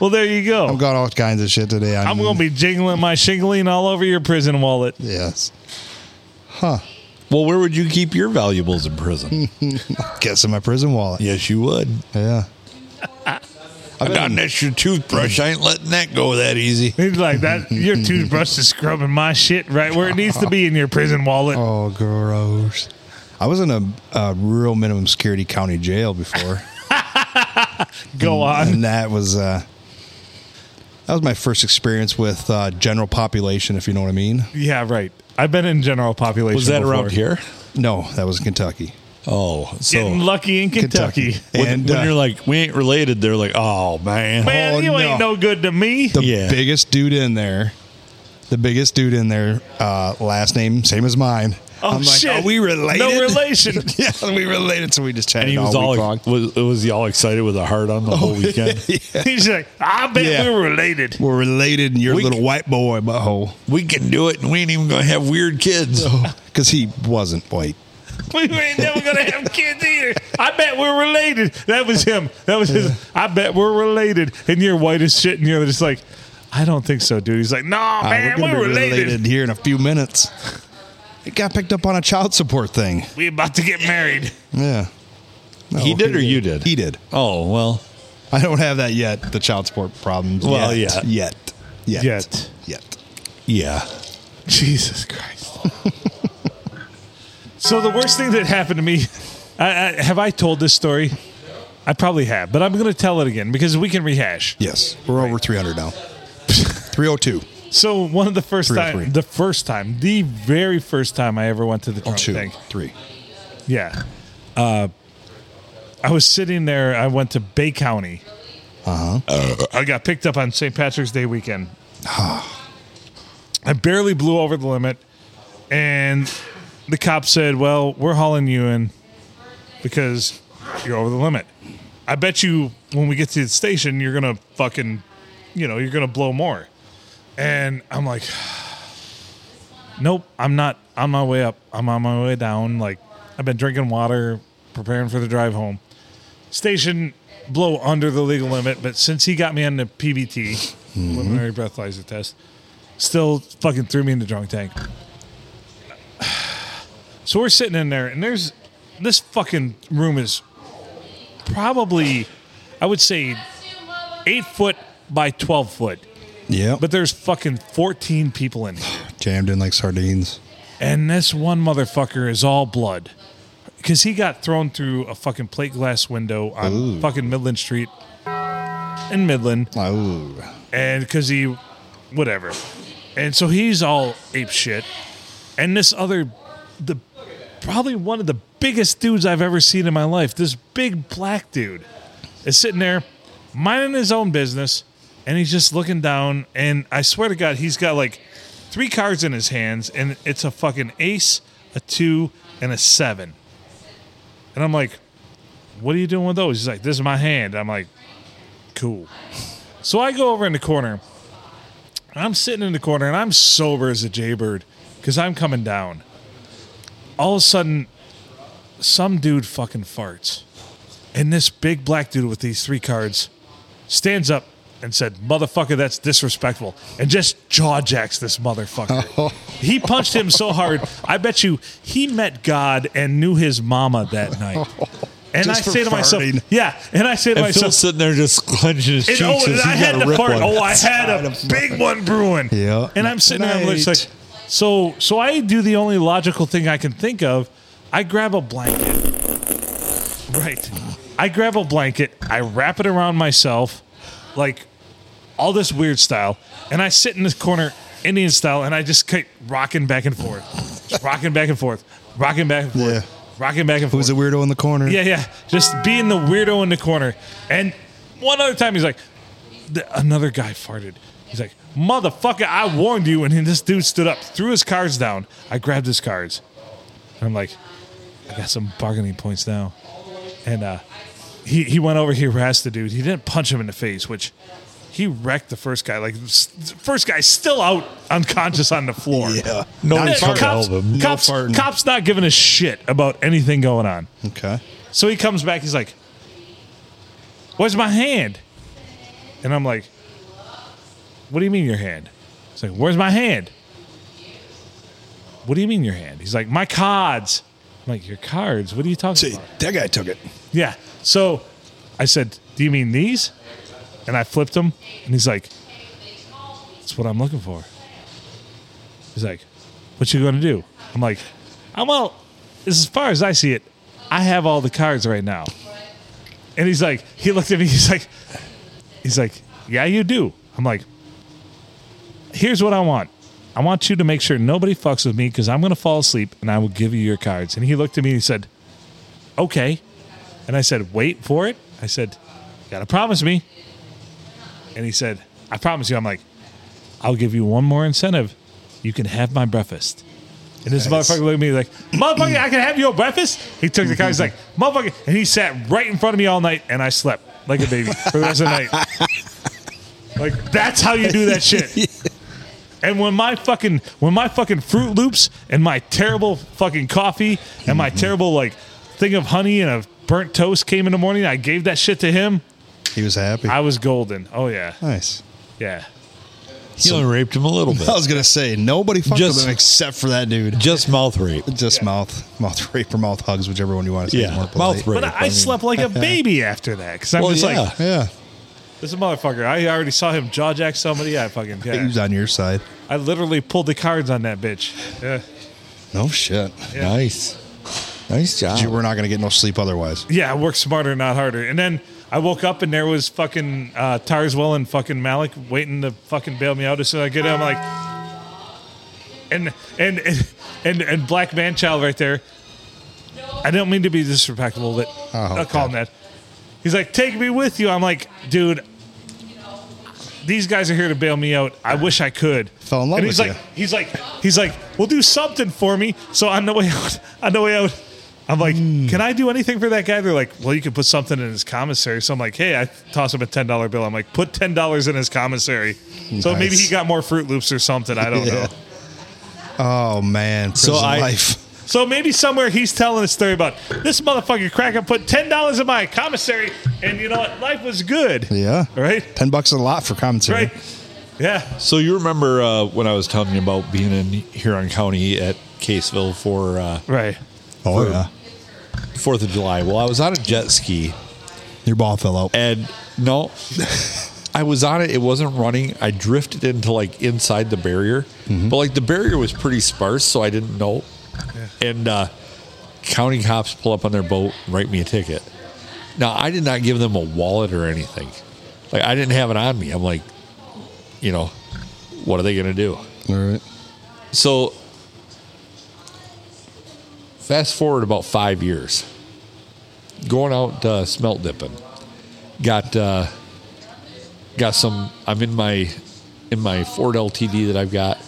Speaker 1: Well, there you go.
Speaker 2: I've got all kinds of shit today.
Speaker 1: I'm going to be jingling my shingling all over your prison wallet.
Speaker 2: Yes.
Speaker 3: Well, where would you keep your valuables in prison?
Speaker 2: Guess in my prison wallet.
Speaker 3: yes, you would.
Speaker 2: Yeah.
Speaker 3: Not an extra toothbrush. I ain't letting that go that easy.
Speaker 1: He's like that. Your toothbrush is scrubbing my shit right where it needs to be in your prison wallet.
Speaker 2: Oh, gross. I was in a, a rural minimum security county jail before.
Speaker 1: Go on.
Speaker 2: and that was uh, that was my first experience with uh, general population, if you know what I mean.
Speaker 1: Yeah, right. I've been in general population.
Speaker 3: Was that around
Speaker 1: before.
Speaker 3: here?
Speaker 2: No, that was in Kentucky.
Speaker 3: Oh, so
Speaker 1: Getting lucky in Kentucky.
Speaker 3: when,
Speaker 2: And
Speaker 3: when
Speaker 2: uh,
Speaker 3: you're like, we ain't related, they're like, oh man,
Speaker 1: Man,
Speaker 2: Oh,
Speaker 1: you ain't
Speaker 2: no.
Speaker 1: no good to me.
Speaker 2: the
Speaker 3: yeah.
Speaker 2: biggest dude in there, the biggest dude in there, uh, last name same as mine.
Speaker 1: Oh
Speaker 2: I'm like,
Speaker 1: shit!
Speaker 2: are we related?
Speaker 1: No relation.
Speaker 2: yeah, we related, so we just chatted
Speaker 3: and he was
Speaker 2: all
Speaker 3: all Oh,
Speaker 2: week long.
Speaker 3: was, was he all excited with a heart on the whole weekend.
Speaker 1: He's like, I bet
Speaker 2: Yeah.
Speaker 1: we're related.
Speaker 2: We're related, and you're
Speaker 3: We-
Speaker 2: a little white boy butthole
Speaker 3: We can do it, and we ain't even gonna have weird kids.
Speaker 2: because he wasn't white.
Speaker 1: We ain't never gonna have kids either. I bet we're related. That was him. That was his. I bet we're related. And you're white as shit, and you're just like, I don't think so, dude. He's like, No,
Speaker 2: Uh,
Speaker 1: man,
Speaker 2: gonna
Speaker 1: we're,
Speaker 2: be
Speaker 1: related.
Speaker 2: here in a few minutes. It got picked up on a child support thing.
Speaker 1: We about to get married.
Speaker 2: Yeah. No,
Speaker 3: He did or you did?
Speaker 2: He did.
Speaker 3: Oh well,
Speaker 2: I don't have that yet. The child support problems.
Speaker 3: Well,
Speaker 2: yet,
Speaker 3: yeah.
Speaker 2: yet, yet,
Speaker 1: Yet.
Speaker 2: yet.
Speaker 3: yeah.
Speaker 1: Jesus Christ. so the worst thing that happened to me, I, I, have I told this story? I probably have, but I'm going to tell it again because we can rehash.
Speaker 2: Yes, we're over 300 now. 302.
Speaker 1: So one of the first
Speaker 2: Three or three.
Speaker 1: time, the first time, the very first time I ever went to the
Speaker 2: Oh,
Speaker 1: Trump
Speaker 2: two,
Speaker 1: thing.
Speaker 2: three.
Speaker 1: Yeah. Uh, I was sitting there. I went to Bay County. Uh-huh. I got picked up on St. Patrick's Day weekend. I barely blew over the limit, and the cop said, "Well, we're hauling you in because you're over the limit. I bet you when we get to the station, you're gonna fucking, you know, you're gonna blow more." And I'm like, nope, I'm not on my way up. I'm on my way down. Like, I've been drinking water, preparing for the drive home. Station blow under the legal limit, but since he got me on the PBT, preliminary breathalyzer test, still fucking threw me in the drunk tank. So we're sitting in there, and there's this fucking room is probably, I would say, eight foot by 12 foot,
Speaker 2: Yeah,
Speaker 1: but there's fucking 14 people in here.
Speaker 2: jammed in like sardines.
Speaker 1: And this one motherfucker is all blood. Because he got thrown through a fucking plate glass window on
Speaker 2: Ooh.
Speaker 1: fucking Midland Street in Midland.
Speaker 2: Oh,
Speaker 1: And because he, whatever. And so he's all ape shit. And this other, the probably one of the biggest dudes I've ever seen in my life, this big black dude, is sitting there minding his own business. And he's just looking down. And I swear to God, he's got like three cards in his hands, and it's a fucking ace, a two, and a seven. And I'm like, what are you doing with those? He's like, this is my hand. I'm like, cool. So I go over in the corner. I'm sitting in the corner and I'm sober as a jaybird because I'm coming down. All of a sudden, some dude fucking farts. And this big black dude with these three cards stands up and said, Motherfucker, that's disrespectful. And just jaw jacks this motherfucker. he punched him so hard. I bet you he met God and knew his mama that night. And
Speaker 2: Just
Speaker 1: I
Speaker 2: for
Speaker 1: say to myself,
Speaker 2: farting.
Speaker 1: yeah. And I say to
Speaker 3: And Phil's
Speaker 1: myself,
Speaker 3: sitting there just clenching his
Speaker 1: and,
Speaker 3: cheeks.
Speaker 1: oh,
Speaker 3: as
Speaker 1: and
Speaker 3: he's
Speaker 1: I had
Speaker 3: gotta
Speaker 1: to
Speaker 3: rip
Speaker 1: fart.
Speaker 3: one.
Speaker 1: Oh, I had a big one brewing.
Speaker 2: Yeah.
Speaker 1: And I'm sitting there, I'm just like,
Speaker 2: Tonight.
Speaker 1: so, so I do the only logical thing I can think of. I grab a blanket. Right. I grab a blanket. I wrap it around myself, like all this weird style. And I sit in this corner, Indian style, and I just keep rocking back and forth, Just rocking back and forth, rocking back and forth,
Speaker 2: Yeah.
Speaker 1: rocking back and forth.
Speaker 2: Who's the weirdo in the corner?
Speaker 1: Yeah, yeah. Just being the weirdo in the corner. And one other time, he's like, th- another guy farted. He's like, motherfucker, I warned you. And then this dude stood up, threw his cards down. I grabbed his cards. And I'm like, I got some bargaining points now. And uh, he, he went over, he harassed the dude. He didn't punch him in the face, which he wrecked the first guy. Like, s- the first guy's still out unconscious on the floor.
Speaker 2: Yeah.
Speaker 3: No
Speaker 2: Not farting.
Speaker 3: one's trying to
Speaker 1: Cops,
Speaker 3: help him.
Speaker 2: No
Speaker 1: cops,
Speaker 2: farting.
Speaker 1: cops not giving a shit about anything going on.
Speaker 2: Okay.
Speaker 1: So he comes back. He's like, "Where's my hand?" And I'm like, "What do you mean your hand?" He's like, "Where's my hand?" What do you mean your hand? He's like, "My cards." I'm like, "Your cards? What are you talking
Speaker 2: See,
Speaker 1: about?"
Speaker 2: that guy took it.
Speaker 1: Yeah. So I said, "Do you mean these?" And I flipped them, and he's like, "That's what I'm looking for." He's like, "What you gonna do?" I'm like, "I'm well. As far as I see it, I have all the cards right now." And he's like, he looked at me. He's like, he's like, "Yeah, you do." I'm like, "Here's what I want." I want you to make sure nobody fucks with me because I'm going to fall asleep and I will give you your cards. And he looked at me and he said, Okay. And I said, wait for it. I said, you gotta promise me. And he said, I promise you. I'm like, I'll give you one more incentive. You can have my breakfast. And this
Speaker 2: Nice.
Speaker 1: motherfucker looked at me like, motherfucker, I can have your breakfast? He took the car. He's like, motherfucker. And he sat right in front of me all night and I slept like a baby for the rest of the night. Like, that's how you do that shit. And when my fucking when my fucking Fruit Loops and my terrible fucking coffee and my terrible like thing of honey and a burnt toast came in the morning, I gave that shit to him.
Speaker 2: He was happy.
Speaker 1: I was golden. Oh yeah,
Speaker 2: nice.
Speaker 1: yeah.
Speaker 3: He only raped him a little bit.
Speaker 2: I was gonna say nobody fucked
Speaker 3: Just-
Speaker 2: with him except for that dude.
Speaker 3: Just mouth rape.
Speaker 2: Just mouth, mouth rape or mouth hugs, whichever one you want to say. is
Speaker 3: Yeah,
Speaker 2: more polite.
Speaker 3: mouth rape.
Speaker 1: But I, I slept like a baby after that because I'm
Speaker 3: Well,
Speaker 1: just
Speaker 3: yeah.
Speaker 1: like
Speaker 2: Yeah.
Speaker 1: this is a motherfucker. I already saw him jaw jack somebody. I fucking
Speaker 2: He
Speaker 1: yeah.
Speaker 2: was on your side.
Speaker 1: I literally pulled the cards on that bitch. Yeah,
Speaker 2: No shit.
Speaker 1: Yeah.
Speaker 3: Nice. Nice job.
Speaker 2: You were not gonna get no sleep otherwise.
Speaker 1: yeah. I work smarter, not harder. And then I woke up and there was fucking uh, Tarzwell and fucking Malik waiting to fucking bail me out as soon as I get in. I'm like. and and and and, and black man child right there. I don't mean to be disrespectful, but
Speaker 2: Oh,
Speaker 1: I'll call him that. He's like, take me with you. I'm like, dude, these guys are here to bail me out. I wish I could.
Speaker 2: Fell in love
Speaker 1: and he's
Speaker 2: with
Speaker 1: like,
Speaker 2: you.
Speaker 1: he's like, he's like, we'll do something for me. So on the way out, on the way out, I'm like, can I do anything for that guy? They're like, well, you can put something in his commissary. So I'm like, hey, I toss him a ten dollar bill. I'm like, put ten dollars in his commissary. So maybe
Speaker 2: Nice.
Speaker 1: he got more Fruit Loops or something. I don't
Speaker 2: Yeah.
Speaker 1: know.
Speaker 2: Oh man. Prison
Speaker 3: I-
Speaker 2: life.
Speaker 1: So maybe somewhere he's telling a story about this motherfucker cracker put ten dollars in my commissary, and you know what? Life was good.
Speaker 2: Yeah.
Speaker 1: Right.
Speaker 2: Ten bucks is a lot for commentary.
Speaker 1: Right. Yeah.
Speaker 3: So you remember uh, when I was telling you about being in Huron County at Caseville for uh,
Speaker 1: Right.
Speaker 2: Oh
Speaker 3: For-
Speaker 2: yeah.
Speaker 3: Fourth of July? Well, I was on a jet ski,
Speaker 2: Your ball fell out.
Speaker 3: and no, I was on it. It wasn't running. I drifted into like inside the barrier, but like the barrier was pretty sparse, so I didn't know. And uh, county cops pull up on their boat, and write me a ticket. Now I did not give them a wallet or anything. Like I didn't have it on me. I'm like, you know, what are they gonna do?
Speaker 2: All right.
Speaker 3: So, fast forward about five years, going out uh, smelt dipping, got uh, got some. I'm in my in my Ford LTD that I've got,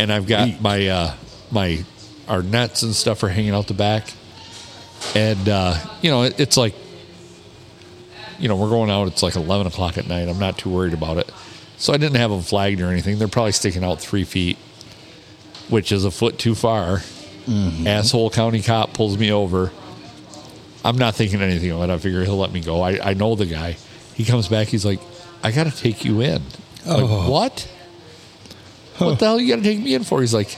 Speaker 3: and I've got my uh, my our nets and stuff are hanging out the back, and uh, you know it, it's like you know we're going out. It's like eleven o'clock at night. I'm not too worried about it, so I didn't have them flagged or anything. They're probably sticking out three feet, which is a foot too far. Asshole county cop pulls me over. I'm not thinking anything of it. I figure he'll let me go. I, I know the guy. He comes back. He's like, I got to take you in. I'm Like, what? What the hell you got to take me in for? He's like,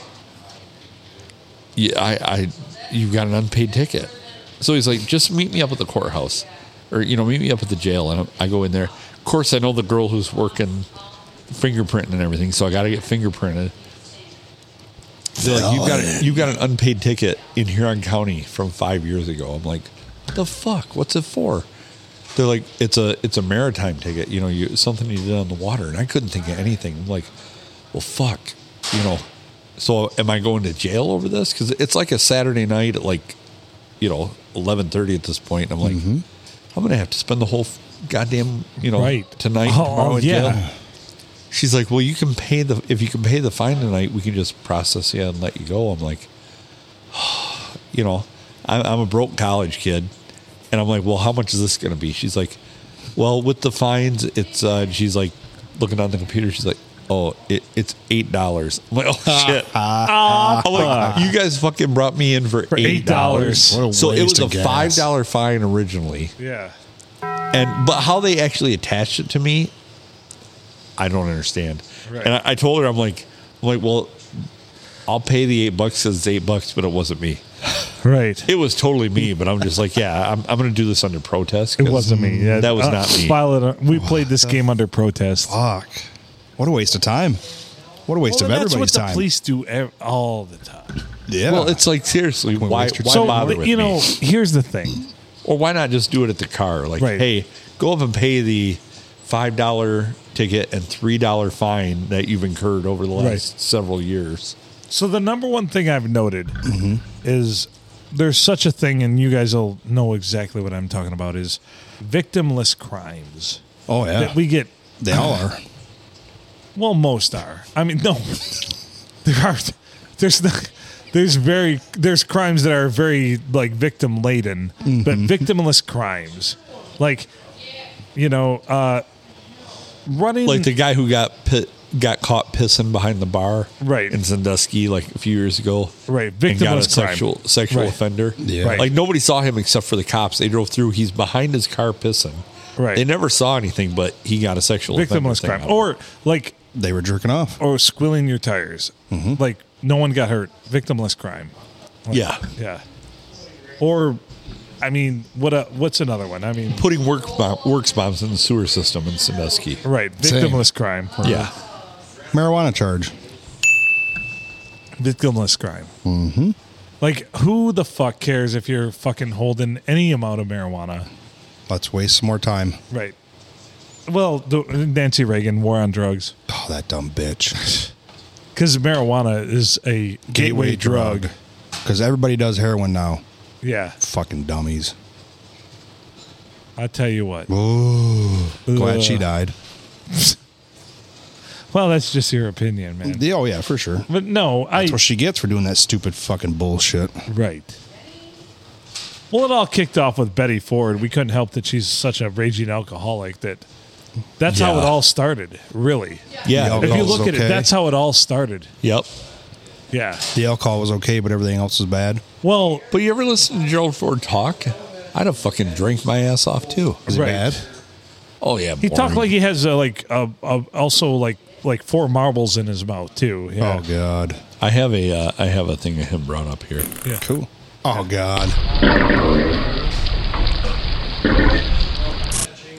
Speaker 3: yeah, I, I, you've got an unpaid ticket. So he's like, just meet me up at the courthouse or, you know, meet me up at the jail. And I go in there. Of course, I know the girl who's working fingerprinting and everything. So I got to get fingerprinted. They're like, you've got, a, you've got an unpaid ticket in Huron County from five years ago. I'm like, the fuck? What's it for? They're like, it's a it's a maritime ticket. You know, you something you did on the water, and I couldn't think of anything. I'm like, well, fuck. You know, so am I going to jail over this? Because it's like a Saturday night at like, you know, eleven thirty at this point. And I'm like,
Speaker 1: Mm-hmm.
Speaker 3: I'm gonna have to spend the whole f- goddamn you know
Speaker 1: Right.
Speaker 3: tonight.
Speaker 1: Oh,
Speaker 3: tomorrow
Speaker 1: oh,
Speaker 3: in
Speaker 1: yeah.
Speaker 3: jail. She's like, well, you can pay the if you can pay the fine tonight, we can just process you and let you go. I'm like, you know, I'm, I'm a broke college kid, and I'm like, well, how much is this going to be? She's like, well, with the fines, it's. Uh, and she's like, looking on the computer, she's like, oh, it, it's eight dollars. I'm like, oh shit. I'm like, you guys fucking brought me in for, eight
Speaker 1: $8.
Speaker 3: dollars.
Speaker 2: What a
Speaker 3: So it
Speaker 2: waste
Speaker 3: was a
Speaker 2: of gas.
Speaker 3: five dollar fine originally,
Speaker 1: Yeah.
Speaker 3: and but how they actually attached it to me, I don't understand.
Speaker 1: Right.
Speaker 3: And I, I told her, I'm like, I'm like, well, I'll pay the eight bucks because it's eight bucks, but it wasn't me.
Speaker 1: Right.
Speaker 3: It was totally me, but I'm just like, yeah, I'm, I'm going to do this under protest.
Speaker 1: It
Speaker 3: 'cause
Speaker 1: wasn't me. Yeah,
Speaker 3: That was
Speaker 1: uh,
Speaker 3: not me.
Speaker 1: file it on- we played this game under protest.
Speaker 2: Fuck. What a waste of time. What a waste of
Speaker 1: that's what
Speaker 2: everybody's
Speaker 1: the
Speaker 2: time.
Speaker 1: police do ev- all the time.
Speaker 2: yeah.
Speaker 3: Well, it's like seriously,
Speaker 2: Wouldn't
Speaker 3: why,
Speaker 2: waste your
Speaker 3: why
Speaker 1: so
Speaker 3: bother with
Speaker 1: you know,
Speaker 3: me?
Speaker 1: here's the thing.
Speaker 3: Or why not just do it at the car? Like,
Speaker 1: Right.
Speaker 3: hey, go up and pay the five dollar ticket and three dollar fine that you've incurred over the last
Speaker 1: Right.
Speaker 3: several years.
Speaker 1: So the number one thing I've noted is there's such a thing, and you guys will know exactly what I'm talking about. Is victimless crimes
Speaker 2: oh yeah.
Speaker 1: that we get?
Speaker 2: they all are.
Speaker 1: Well, most are. I mean, no, there are. There's not. There's very there's crimes that are very like victim laden, but
Speaker 3: Mm-hmm.
Speaker 1: victimless crimes, like you know, uh, running
Speaker 3: Like the guy who got pit, got caught pissing behind the bar,
Speaker 1: Right.
Speaker 3: in Sandusky, like a few years ago,
Speaker 1: Right,
Speaker 3: and got a
Speaker 1: victimless crime.
Speaker 3: sexual sexual
Speaker 1: Right.
Speaker 3: offender.
Speaker 2: Yeah.
Speaker 1: Right.
Speaker 3: like nobody saw him except for the cops. They drove through. He's behind his car pissing.
Speaker 1: Right.
Speaker 3: They never saw anything, but he got a sexual offender
Speaker 1: victimless
Speaker 3: thing
Speaker 1: crime,
Speaker 3: out of it.
Speaker 1: or like
Speaker 2: They were jerking off.
Speaker 1: or squilling your tires. Like no one got hurt. Victimless crime.
Speaker 3: yeah,
Speaker 1: Yeah. Or, I mean, what? A, what's another one? I mean,
Speaker 3: putting work bomb, works bombs in the sewer system in Sandusky.
Speaker 1: right? Victimless crime.
Speaker 3: Yeah,
Speaker 2: Marijuana charge.
Speaker 1: Victimless crime. Mm-hmm. Like, who the fuck cares if you're fucking holding any amount of marijuana?
Speaker 2: Let's waste some more time.
Speaker 1: Right. Well, the, Nancy Reagan, war on drugs,
Speaker 2: Oh, that dumb bitch.
Speaker 1: because marijuana is a gateway, drug.
Speaker 2: Because everybody does heroin now.
Speaker 1: Yeah,
Speaker 2: Fucking dummies.
Speaker 1: I tell you what.
Speaker 2: Ooh. Glad she
Speaker 1: Ugh.
Speaker 2: died.
Speaker 1: Well, that's just your opinion, man.
Speaker 2: Yeah, oh yeah, for sure.
Speaker 1: But no, I
Speaker 2: That's what she gets for doing that stupid fucking bullshit.
Speaker 1: Right. Well, it all kicked off with Betty Ford. We couldn't help that she's such a raging alcoholic that that's how
Speaker 3: Yeah.
Speaker 1: it all started, really.
Speaker 3: yeah,
Speaker 1: If you
Speaker 2: Alcohol's
Speaker 1: look at
Speaker 2: okay.
Speaker 1: it, that's how it all started.
Speaker 3: yep.
Speaker 1: Yeah.
Speaker 2: The alcohol was okay, but everything else was bad.
Speaker 1: Well,
Speaker 3: But you ever listen to Gerald Ford talk? I'd have fucking drank my ass off too.
Speaker 2: Is
Speaker 1: Right.
Speaker 2: it bad?
Speaker 3: Oh yeah,
Speaker 1: he talked
Speaker 3: boring.
Speaker 1: like he has uh like a, a, also like like four marbles in his mouth too. Yeah.
Speaker 2: Oh god.
Speaker 3: I have a uh, I have a thing of him brought up here.
Speaker 2: Cool. Oh god.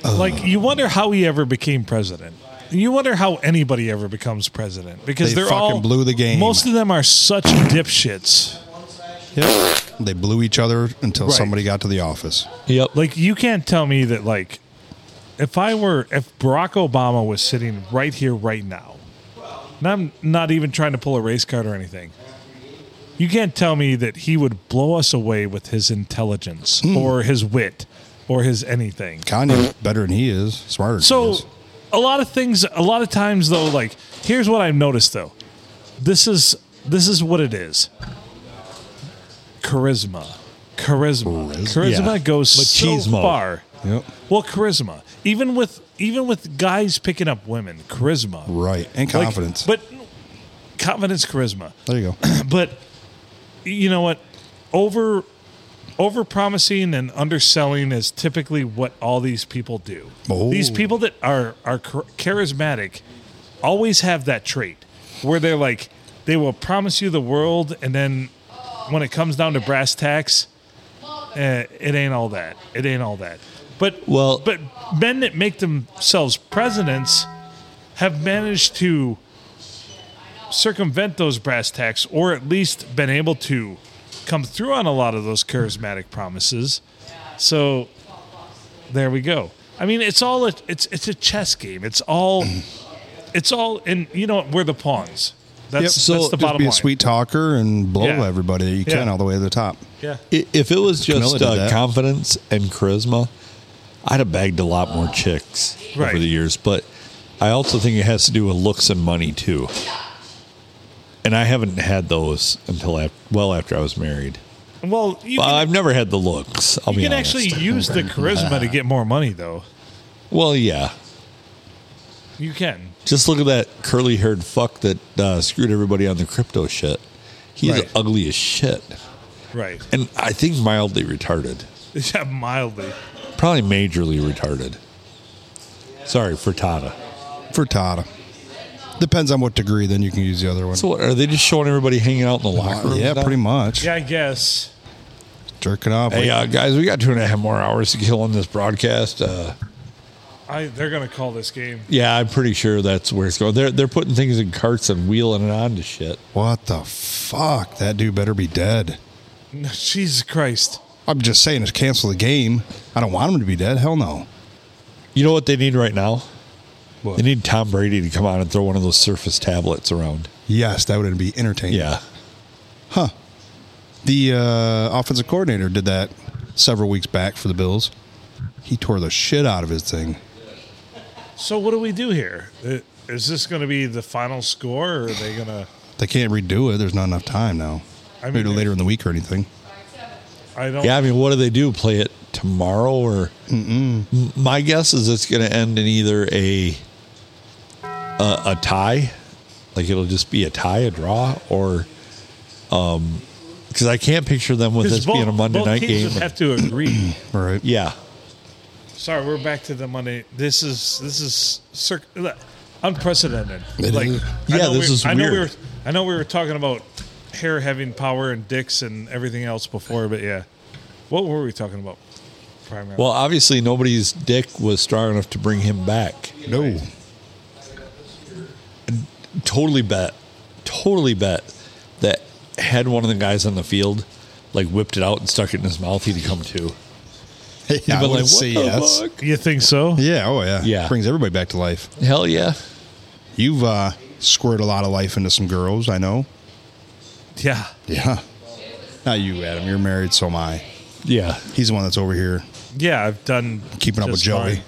Speaker 1: Like you wonder how he ever became president. You wonder how anybody ever becomes president because
Speaker 2: They
Speaker 1: are
Speaker 2: fucking
Speaker 1: all
Speaker 2: blew the game.
Speaker 1: Most of them are such dipshits.
Speaker 2: Yep. They blew each other until
Speaker 1: Right.
Speaker 2: somebody got to the office.
Speaker 3: Yep.
Speaker 1: Like you can't tell me that like if I were if Barack Obama was sitting right here right now. And I'm not even trying to pull a race card or anything. You can't tell me that he would blow us away with his intelligence or his wit or his anything.
Speaker 2: Kanye's better than he is, smarter. Than
Speaker 1: Uh-huh. So
Speaker 2: he is.
Speaker 1: a lot of things a lot of times though like here's what I've noticed though. This is this is what it is. Charisma, charisma, charisma
Speaker 3: Yeah.
Speaker 1: goes so
Speaker 3: Machismo.
Speaker 1: far.
Speaker 2: Yep.
Speaker 1: Well, charisma, even with even with guys picking up women, charisma,
Speaker 2: Right. And
Speaker 1: Like,
Speaker 2: confidence.
Speaker 1: but confidence, charisma
Speaker 2: there you go.
Speaker 1: but you know what over over promising and underselling is typically what all these people do
Speaker 2: Oh.
Speaker 1: these people that are are char- charismatic always have that trait where they're like they will promise you the world and then when it comes down to brass tacks eh, it ain't all that it ain't all that but
Speaker 3: Well-
Speaker 1: but men that make themselves presidents have managed to circumvent those brass tacks or at least been able to come through on a lot of those charismatic promises. So there we go. I mean, it's all a, it's it's a chess game. It's all it's all and you know we're the pawns. That's
Speaker 2: Yep.
Speaker 1: that's
Speaker 3: So
Speaker 1: the
Speaker 3: just
Speaker 2: Just
Speaker 1: bottom
Speaker 2: be a
Speaker 1: line.
Speaker 2: sweet talker and blow
Speaker 1: Yeah.
Speaker 2: everybody you can
Speaker 1: Yeah.
Speaker 2: all the way to the top.
Speaker 1: Yeah.
Speaker 3: I- If it was
Speaker 2: Camilla
Speaker 3: just
Speaker 2: did
Speaker 3: uh,
Speaker 2: that.
Speaker 3: confidence and charisma, I'd have bagged a lot more chicks
Speaker 1: Right.
Speaker 3: over the years. But I also think it has to do with looks and money too. And I haven't had those until af well after I was married.
Speaker 1: Well, you
Speaker 3: Well,
Speaker 1: can,
Speaker 3: I've never had the looks. I'll
Speaker 1: you
Speaker 3: be
Speaker 1: can
Speaker 3: honest.
Speaker 1: actually use the charisma to get more money, though.
Speaker 3: Well, yeah.
Speaker 1: You can.
Speaker 3: Just look at that curly haired fuck that uh, screwed everybody on the crypto shit. He's
Speaker 1: Right.
Speaker 3: ugly as shit.
Speaker 1: Right.
Speaker 3: And I think mildly retarded.
Speaker 1: Yeah, mildly.
Speaker 3: Probably majorly retarded. Sorry, frittata.
Speaker 2: Frittata. Depends on what degree, then you can use the other one.
Speaker 3: So what, are they just showing everybody hanging out in the locker room?
Speaker 2: Uh, yeah,
Speaker 3: now?
Speaker 2: pretty much.
Speaker 1: Yeah, I guess.
Speaker 2: Jerking off.
Speaker 3: Hey, uh, guys, we got two and a half more hours to kill on this broadcast. Uh,
Speaker 1: I they're gonna call this game.
Speaker 3: yeah, I'm pretty sure that's where it's going. They're they're putting things in carts and wheeling it onto shit.
Speaker 2: what the fuck? That dude better be dead.
Speaker 1: Jesus Christ.
Speaker 2: I'm just saying, it's cancel the game. I don't want him to be dead. Hell no.
Speaker 3: You know what they need right now?
Speaker 2: What?
Speaker 3: They need Tom Brady to come out and throw one of those Surface tablets around.
Speaker 2: Yes, that would be entertaining.
Speaker 3: Yeah.
Speaker 2: The uh, offensive coordinator did that several weeks back for the Bills. He tore the shit out of his thing.
Speaker 1: So what do we do here? Uh, Is this going to be the final score, or are they going to?
Speaker 2: They can't redo it. There's not enough time now.
Speaker 1: I
Speaker 2: Maybe
Speaker 1: mean,
Speaker 2: later in the week or anything.
Speaker 1: I don't.
Speaker 3: Yeah, I mean, what do they do? Play it tomorrow or? M- My guess is it's going to end in either a, a a tie, like it'll just be a tie, a draw, or um, because I can't picture them with
Speaker 1: 'Cause
Speaker 3: this being a Monday
Speaker 1: both
Speaker 3: night
Speaker 1: teams
Speaker 3: game.
Speaker 1: Would have to agree.
Speaker 2: All right.
Speaker 3: yeah,
Speaker 1: Sorry, we're back to the Monday. This is this is cir- unprecedented.
Speaker 2: It
Speaker 1: like,
Speaker 2: is.
Speaker 1: I
Speaker 3: Yeah,
Speaker 1: know
Speaker 3: this
Speaker 1: we-
Speaker 3: is
Speaker 1: I know we were.
Speaker 3: weird.
Speaker 1: I know we were talking about hair having power and dicks and everything else before, but yeah, what were we talking about? Primarily.
Speaker 3: well, obviously nobody's dick was strong enough to bring him back.
Speaker 2: No.
Speaker 3: Totally bet, totally bet that had one of the guys on the field like whipped it out and stuck it in his mouth, he'd come to.
Speaker 2: I
Speaker 3: But
Speaker 2: would
Speaker 3: like,
Speaker 2: say
Speaker 3: what the
Speaker 2: yes.
Speaker 3: fuck?
Speaker 1: you think so?
Speaker 2: Yeah. Oh, yeah.
Speaker 3: Yeah.
Speaker 2: Brings everybody back to life.
Speaker 3: Hell yeah.
Speaker 2: You've uh, squirted a lot of life into some girls, I know.
Speaker 1: Yeah.
Speaker 2: Yeah. Not you, Adam. You're married, so am I.
Speaker 3: Yeah.
Speaker 2: He's the one that's over here
Speaker 1: Yeah, I've done
Speaker 2: keeping up with
Speaker 1: just
Speaker 2: Joey.
Speaker 1: fine.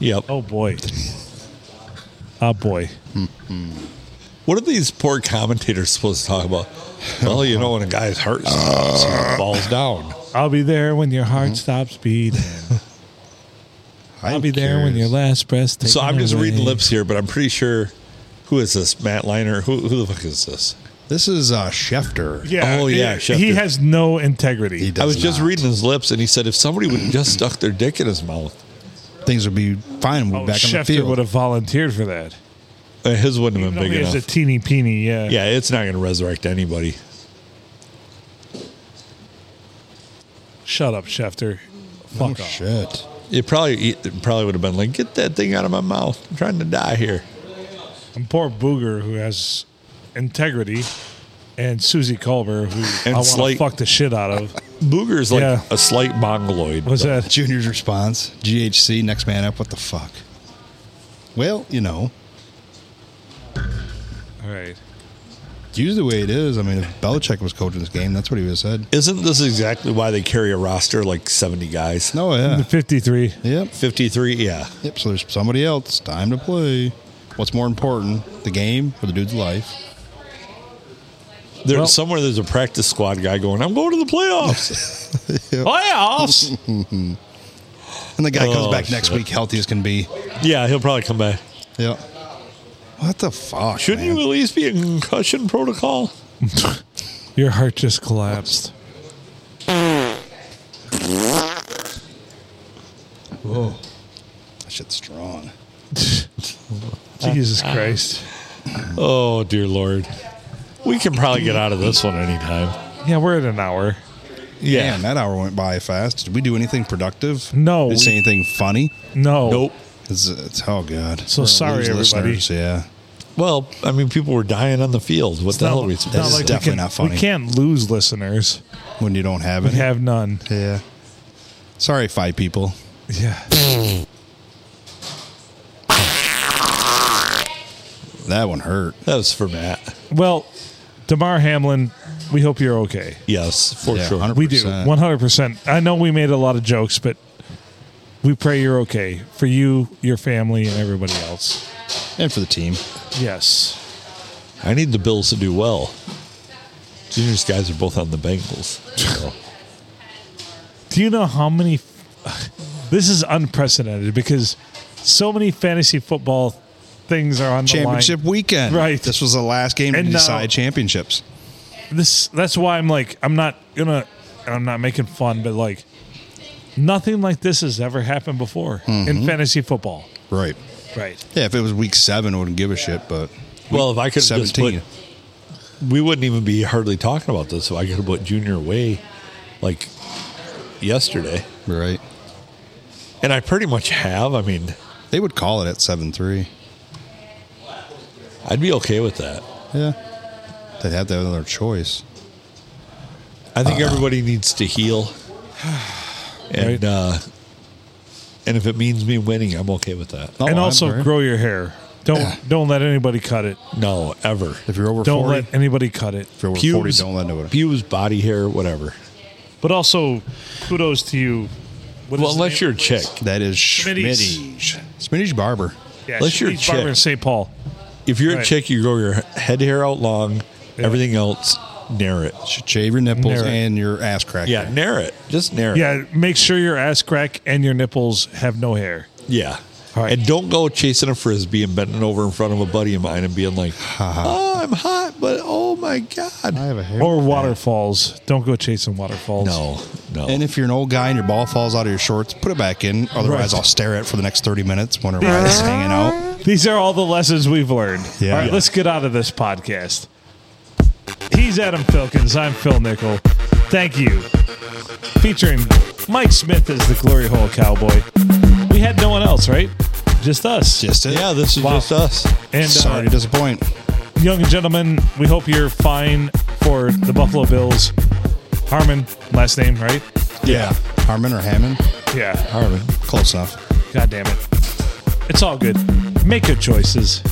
Speaker 3: Yep.
Speaker 1: Oh boy. Oh boy.
Speaker 3: What are these poor commentators supposed to talk about? Well, you know, when a guy's hurt, stops, he falls down.
Speaker 1: I'll be there when your
Speaker 3: Mm-hmm.
Speaker 1: heart stops beating. I'll
Speaker 2: I'm
Speaker 1: be there when your
Speaker 2: curious.
Speaker 1: last breath.
Speaker 3: So I'm just reading lips here, but I'm pretty sure. Who is this? Matt Liner? Who, who the fuck is this?
Speaker 2: This is uh, Schefter.
Speaker 1: Yeah.
Speaker 3: Oh, yeah,
Speaker 1: He,
Speaker 3: Schefter.
Speaker 1: he has no integrity.
Speaker 2: He
Speaker 3: I was
Speaker 2: does
Speaker 3: just
Speaker 2: not.
Speaker 3: reading his lips, and he said if somebody would have just stuck their dick in his mouth,
Speaker 2: Things would be fine. We'd
Speaker 1: oh,
Speaker 2: be back on the
Speaker 1: Schefter
Speaker 2: field.
Speaker 1: would have volunteered for that.
Speaker 3: uh, his wouldn't have
Speaker 1: Even
Speaker 3: been
Speaker 1: though
Speaker 3: big
Speaker 1: he
Speaker 3: enough.
Speaker 1: has a teeny peeny. Yeah.
Speaker 3: yeah, it's not going to resurrect anybody.
Speaker 1: Shut up, Schefter. Fuck off.
Speaker 2: Shit.
Speaker 3: It probably it probably would have been like, get that thing out of my mouth. I'm trying to die here.
Speaker 1: And poor Booger, who has integrity, and Susie Culver, who
Speaker 3: And
Speaker 1: I want to
Speaker 3: Slate.
Speaker 1: fuck the shit out of.
Speaker 3: Booger's like
Speaker 1: Yeah.
Speaker 3: a slight mongoloid.
Speaker 1: Was that?
Speaker 2: Junior's response GHC, next man up. What the fuck? Well, you know,
Speaker 1: All right.
Speaker 2: usually the way it is. I mean, if Belichick was coaching this game, that's what he would have said.
Speaker 3: Isn't this exactly why they carry a roster like 70 guys?
Speaker 2: No, yeah.
Speaker 1: 53.
Speaker 2: Yep.
Speaker 3: 53, yeah.
Speaker 2: Yep. So there's somebody else. Time to play. What's more important, the game or the dude's life?
Speaker 3: There, somewhere there's a practice squad guy going, I'm going to the playoffs.
Speaker 1: Playoffs.
Speaker 2: And the guy comes
Speaker 3: Oh,
Speaker 2: back next
Speaker 3: shit.
Speaker 2: week healthy as can be.
Speaker 3: yeah, he'll probably come back.
Speaker 2: Yep. What the fuck?
Speaker 3: Shouldn't
Speaker 2: man?
Speaker 3: you at least be in concussion protocol?
Speaker 1: Your heart just collapsed.
Speaker 2: That shit's strong.
Speaker 1: Jesus Christ.
Speaker 3: Oh, dear Lord. We can probably get out of this one anytime.
Speaker 1: Yeah, we're at an hour.
Speaker 2: Damn, that hour went by fast. Did we do anything productive?
Speaker 1: No,
Speaker 2: Did we say
Speaker 1: we-
Speaker 2: anything funny?
Speaker 1: No.
Speaker 3: Nope.
Speaker 2: It's, it's oh god.
Speaker 1: So
Speaker 2: We're gonna
Speaker 1: sorry,
Speaker 2: lose
Speaker 1: everybody.
Speaker 2: listeners, Yeah.
Speaker 3: Well, I mean, people were dying on the field. What the hell are we
Speaker 1: it's
Speaker 3: supposed
Speaker 1: not
Speaker 2: This
Speaker 3: to
Speaker 2: is
Speaker 1: like we
Speaker 2: definitely
Speaker 1: can-
Speaker 2: not funny.
Speaker 1: We can't lose listeners.
Speaker 2: When you don't have it.
Speaker 1: We have none.
Speaker 2: Yeah. Sorry, five people.
Speaker 1: Yeah.
Speaker 2: That one hurt.
Speaker 3: That was for Matt.
Speaker 1: Well, Damar Hamlin, we hope you're okay.
Speaker 3: Yes, for
Speaker 2: Yeah,
Speaker 3: sure.
Speaker 2: 100%.
Speaker 1: We do. 100%. I know we made a lot of jokes, but we pray you're okay for you, your family, and everybody else.
Speaker 2: And for the team.
Speaker 1: Yes.
Speaker 3: I need the Bills to do well. Junior's guys are both on the Bengals. So.
Speaker 1: Do you know how many? This is unprecedented because so many fantasy football things are on
Speaker 2: Championship
Speaker 1: the line.
Speaker 2: weekend.
Speaker 1: Right.
Speaker 2: This was the last game
Speaker 1: And
Speaker 2: to
Speaker 1: now-
Speaker 2: decide championships.
Speaker 1: This that's why I'm like I'm not gonna and I'm not making fun, but like nothing like this has ever happened before in fantasy football.
Speaker 2: Right.
Speaker 1: Mm-hmm. Right.
Speaker 2: Yeah, if it was week seven, I wouldn't give a shit, but
Speaker 3: Well, if I could have just put,
Speaker 2: seventeen.
Speaker 3: we wouldn't even be hardly talking about this. So I could have put Junior away like yesterday,
Speaker 2: Right.
Speaker 3: and I pretty much have. I mean,
Speaker 2: They would call it at seven three.
Speaker 3: I'd be okay with that.
Speaker 2: Yeah. They'd have that other choice.
Speaker 3: I think everybody needs to heal, and
Speaker 1: Right.
Speaker 3: uh, and if it means me winning, I'm okay with that.
Speaker 2: Oh,
Speaker 1: and
Speaker 2: I'm
Speaker 1: also
Speaker 2: very-
Speaker 1: grow your hair. Don't don't let anybody cut it.
Speaker 3: No, ever.
Speaker 2: if you're over
Speaker 1: Don't
Speaker 2: 40,
Speaker 1: let anybody cut it.
Speaker 2: if you're over 40,
Speaker 3: Pubes,
Speaker 2: don't let nobody.
Speaker 3: pubes, body hair, whatever.
Speaker 1: But also, kudos to you. What
Speaker 3: Well,
Speaker 1: is the
Speaker 3: unless
Speaker 1: name?
Speaker 3: you're a chick.
Speaker 2: That is
Speaker 1: Smitty's.
Speaker 2: Schmitty's. Smitty's barber.
Speaker 1: yeah,
Speaker 3: unless you're a
Speaker 1: Schmitty's Barber
Speaker 3: chick.
Speaker 1: in St. Paul.
Speaker 3: If you're a
Speaker 1: Right.
Speaker 3: chick, you grow your head hair out long, everything else narrow it.
Speaker 2: Should shave your nipples
Speaker 1: Narrow.
Speaker 2: and your ass crack.
Speaker 3: Yeah, narrow it. Just narrow it.
Speaker 1: Yeah, make sure your ass crack and your nipples have no hair.
Speaker 3: Yeah.
Speaker 1: All right.
Speaker 3: And don't go chasing a frisbee and bending over in front of a buddy of mine and being like, "Oh, I'm hot, but oh my god."
Speaker 2: I have a hair.
Speaker 1: Or waterfalls. Don't go chasing waterfalls.
Speaker 3: No, no.
Speaker 2: and if you're an old guy and your ball falls out of your shorts, put it back in. Otherwise,
Speaker 1: Right.
Speaker 2: I'll stare at it for the next 30 minutes, wondering why it's hanging out.
Speaker 1: These are all the lessons we've learned.
Speaker 2: Yeah.
Speaker 1: All right,
Speaker 2: Yeah.
Speaker 1: let's get out of this podcast. He's Adam Filkins. I'm Phil Nickel. Thank you. Featuring Mike Smith as the Glory Hole Cowboy. We had no one else, right? Just us.
Speaker 2: Just it.
Speaker 3: yeah, this is
Speaker 1: Wow.
Speaker 3: just us.
Speaker 1: and
Speaker 2: Sorry
Speaker 1: uh,
Speaker 2: to disappoint.
Speaker 1: young gentlemen, we hope you're fine for the Buffalo Bills. Harmon, last name, right?
Speaker 2: Yeah. Harmon or Hammond?
Speaker 1: Yeah.
Speaker 3: Harmon.
Speaker 2: Close enough.
Speaker 1: God damn it. It's all good. Make good choices.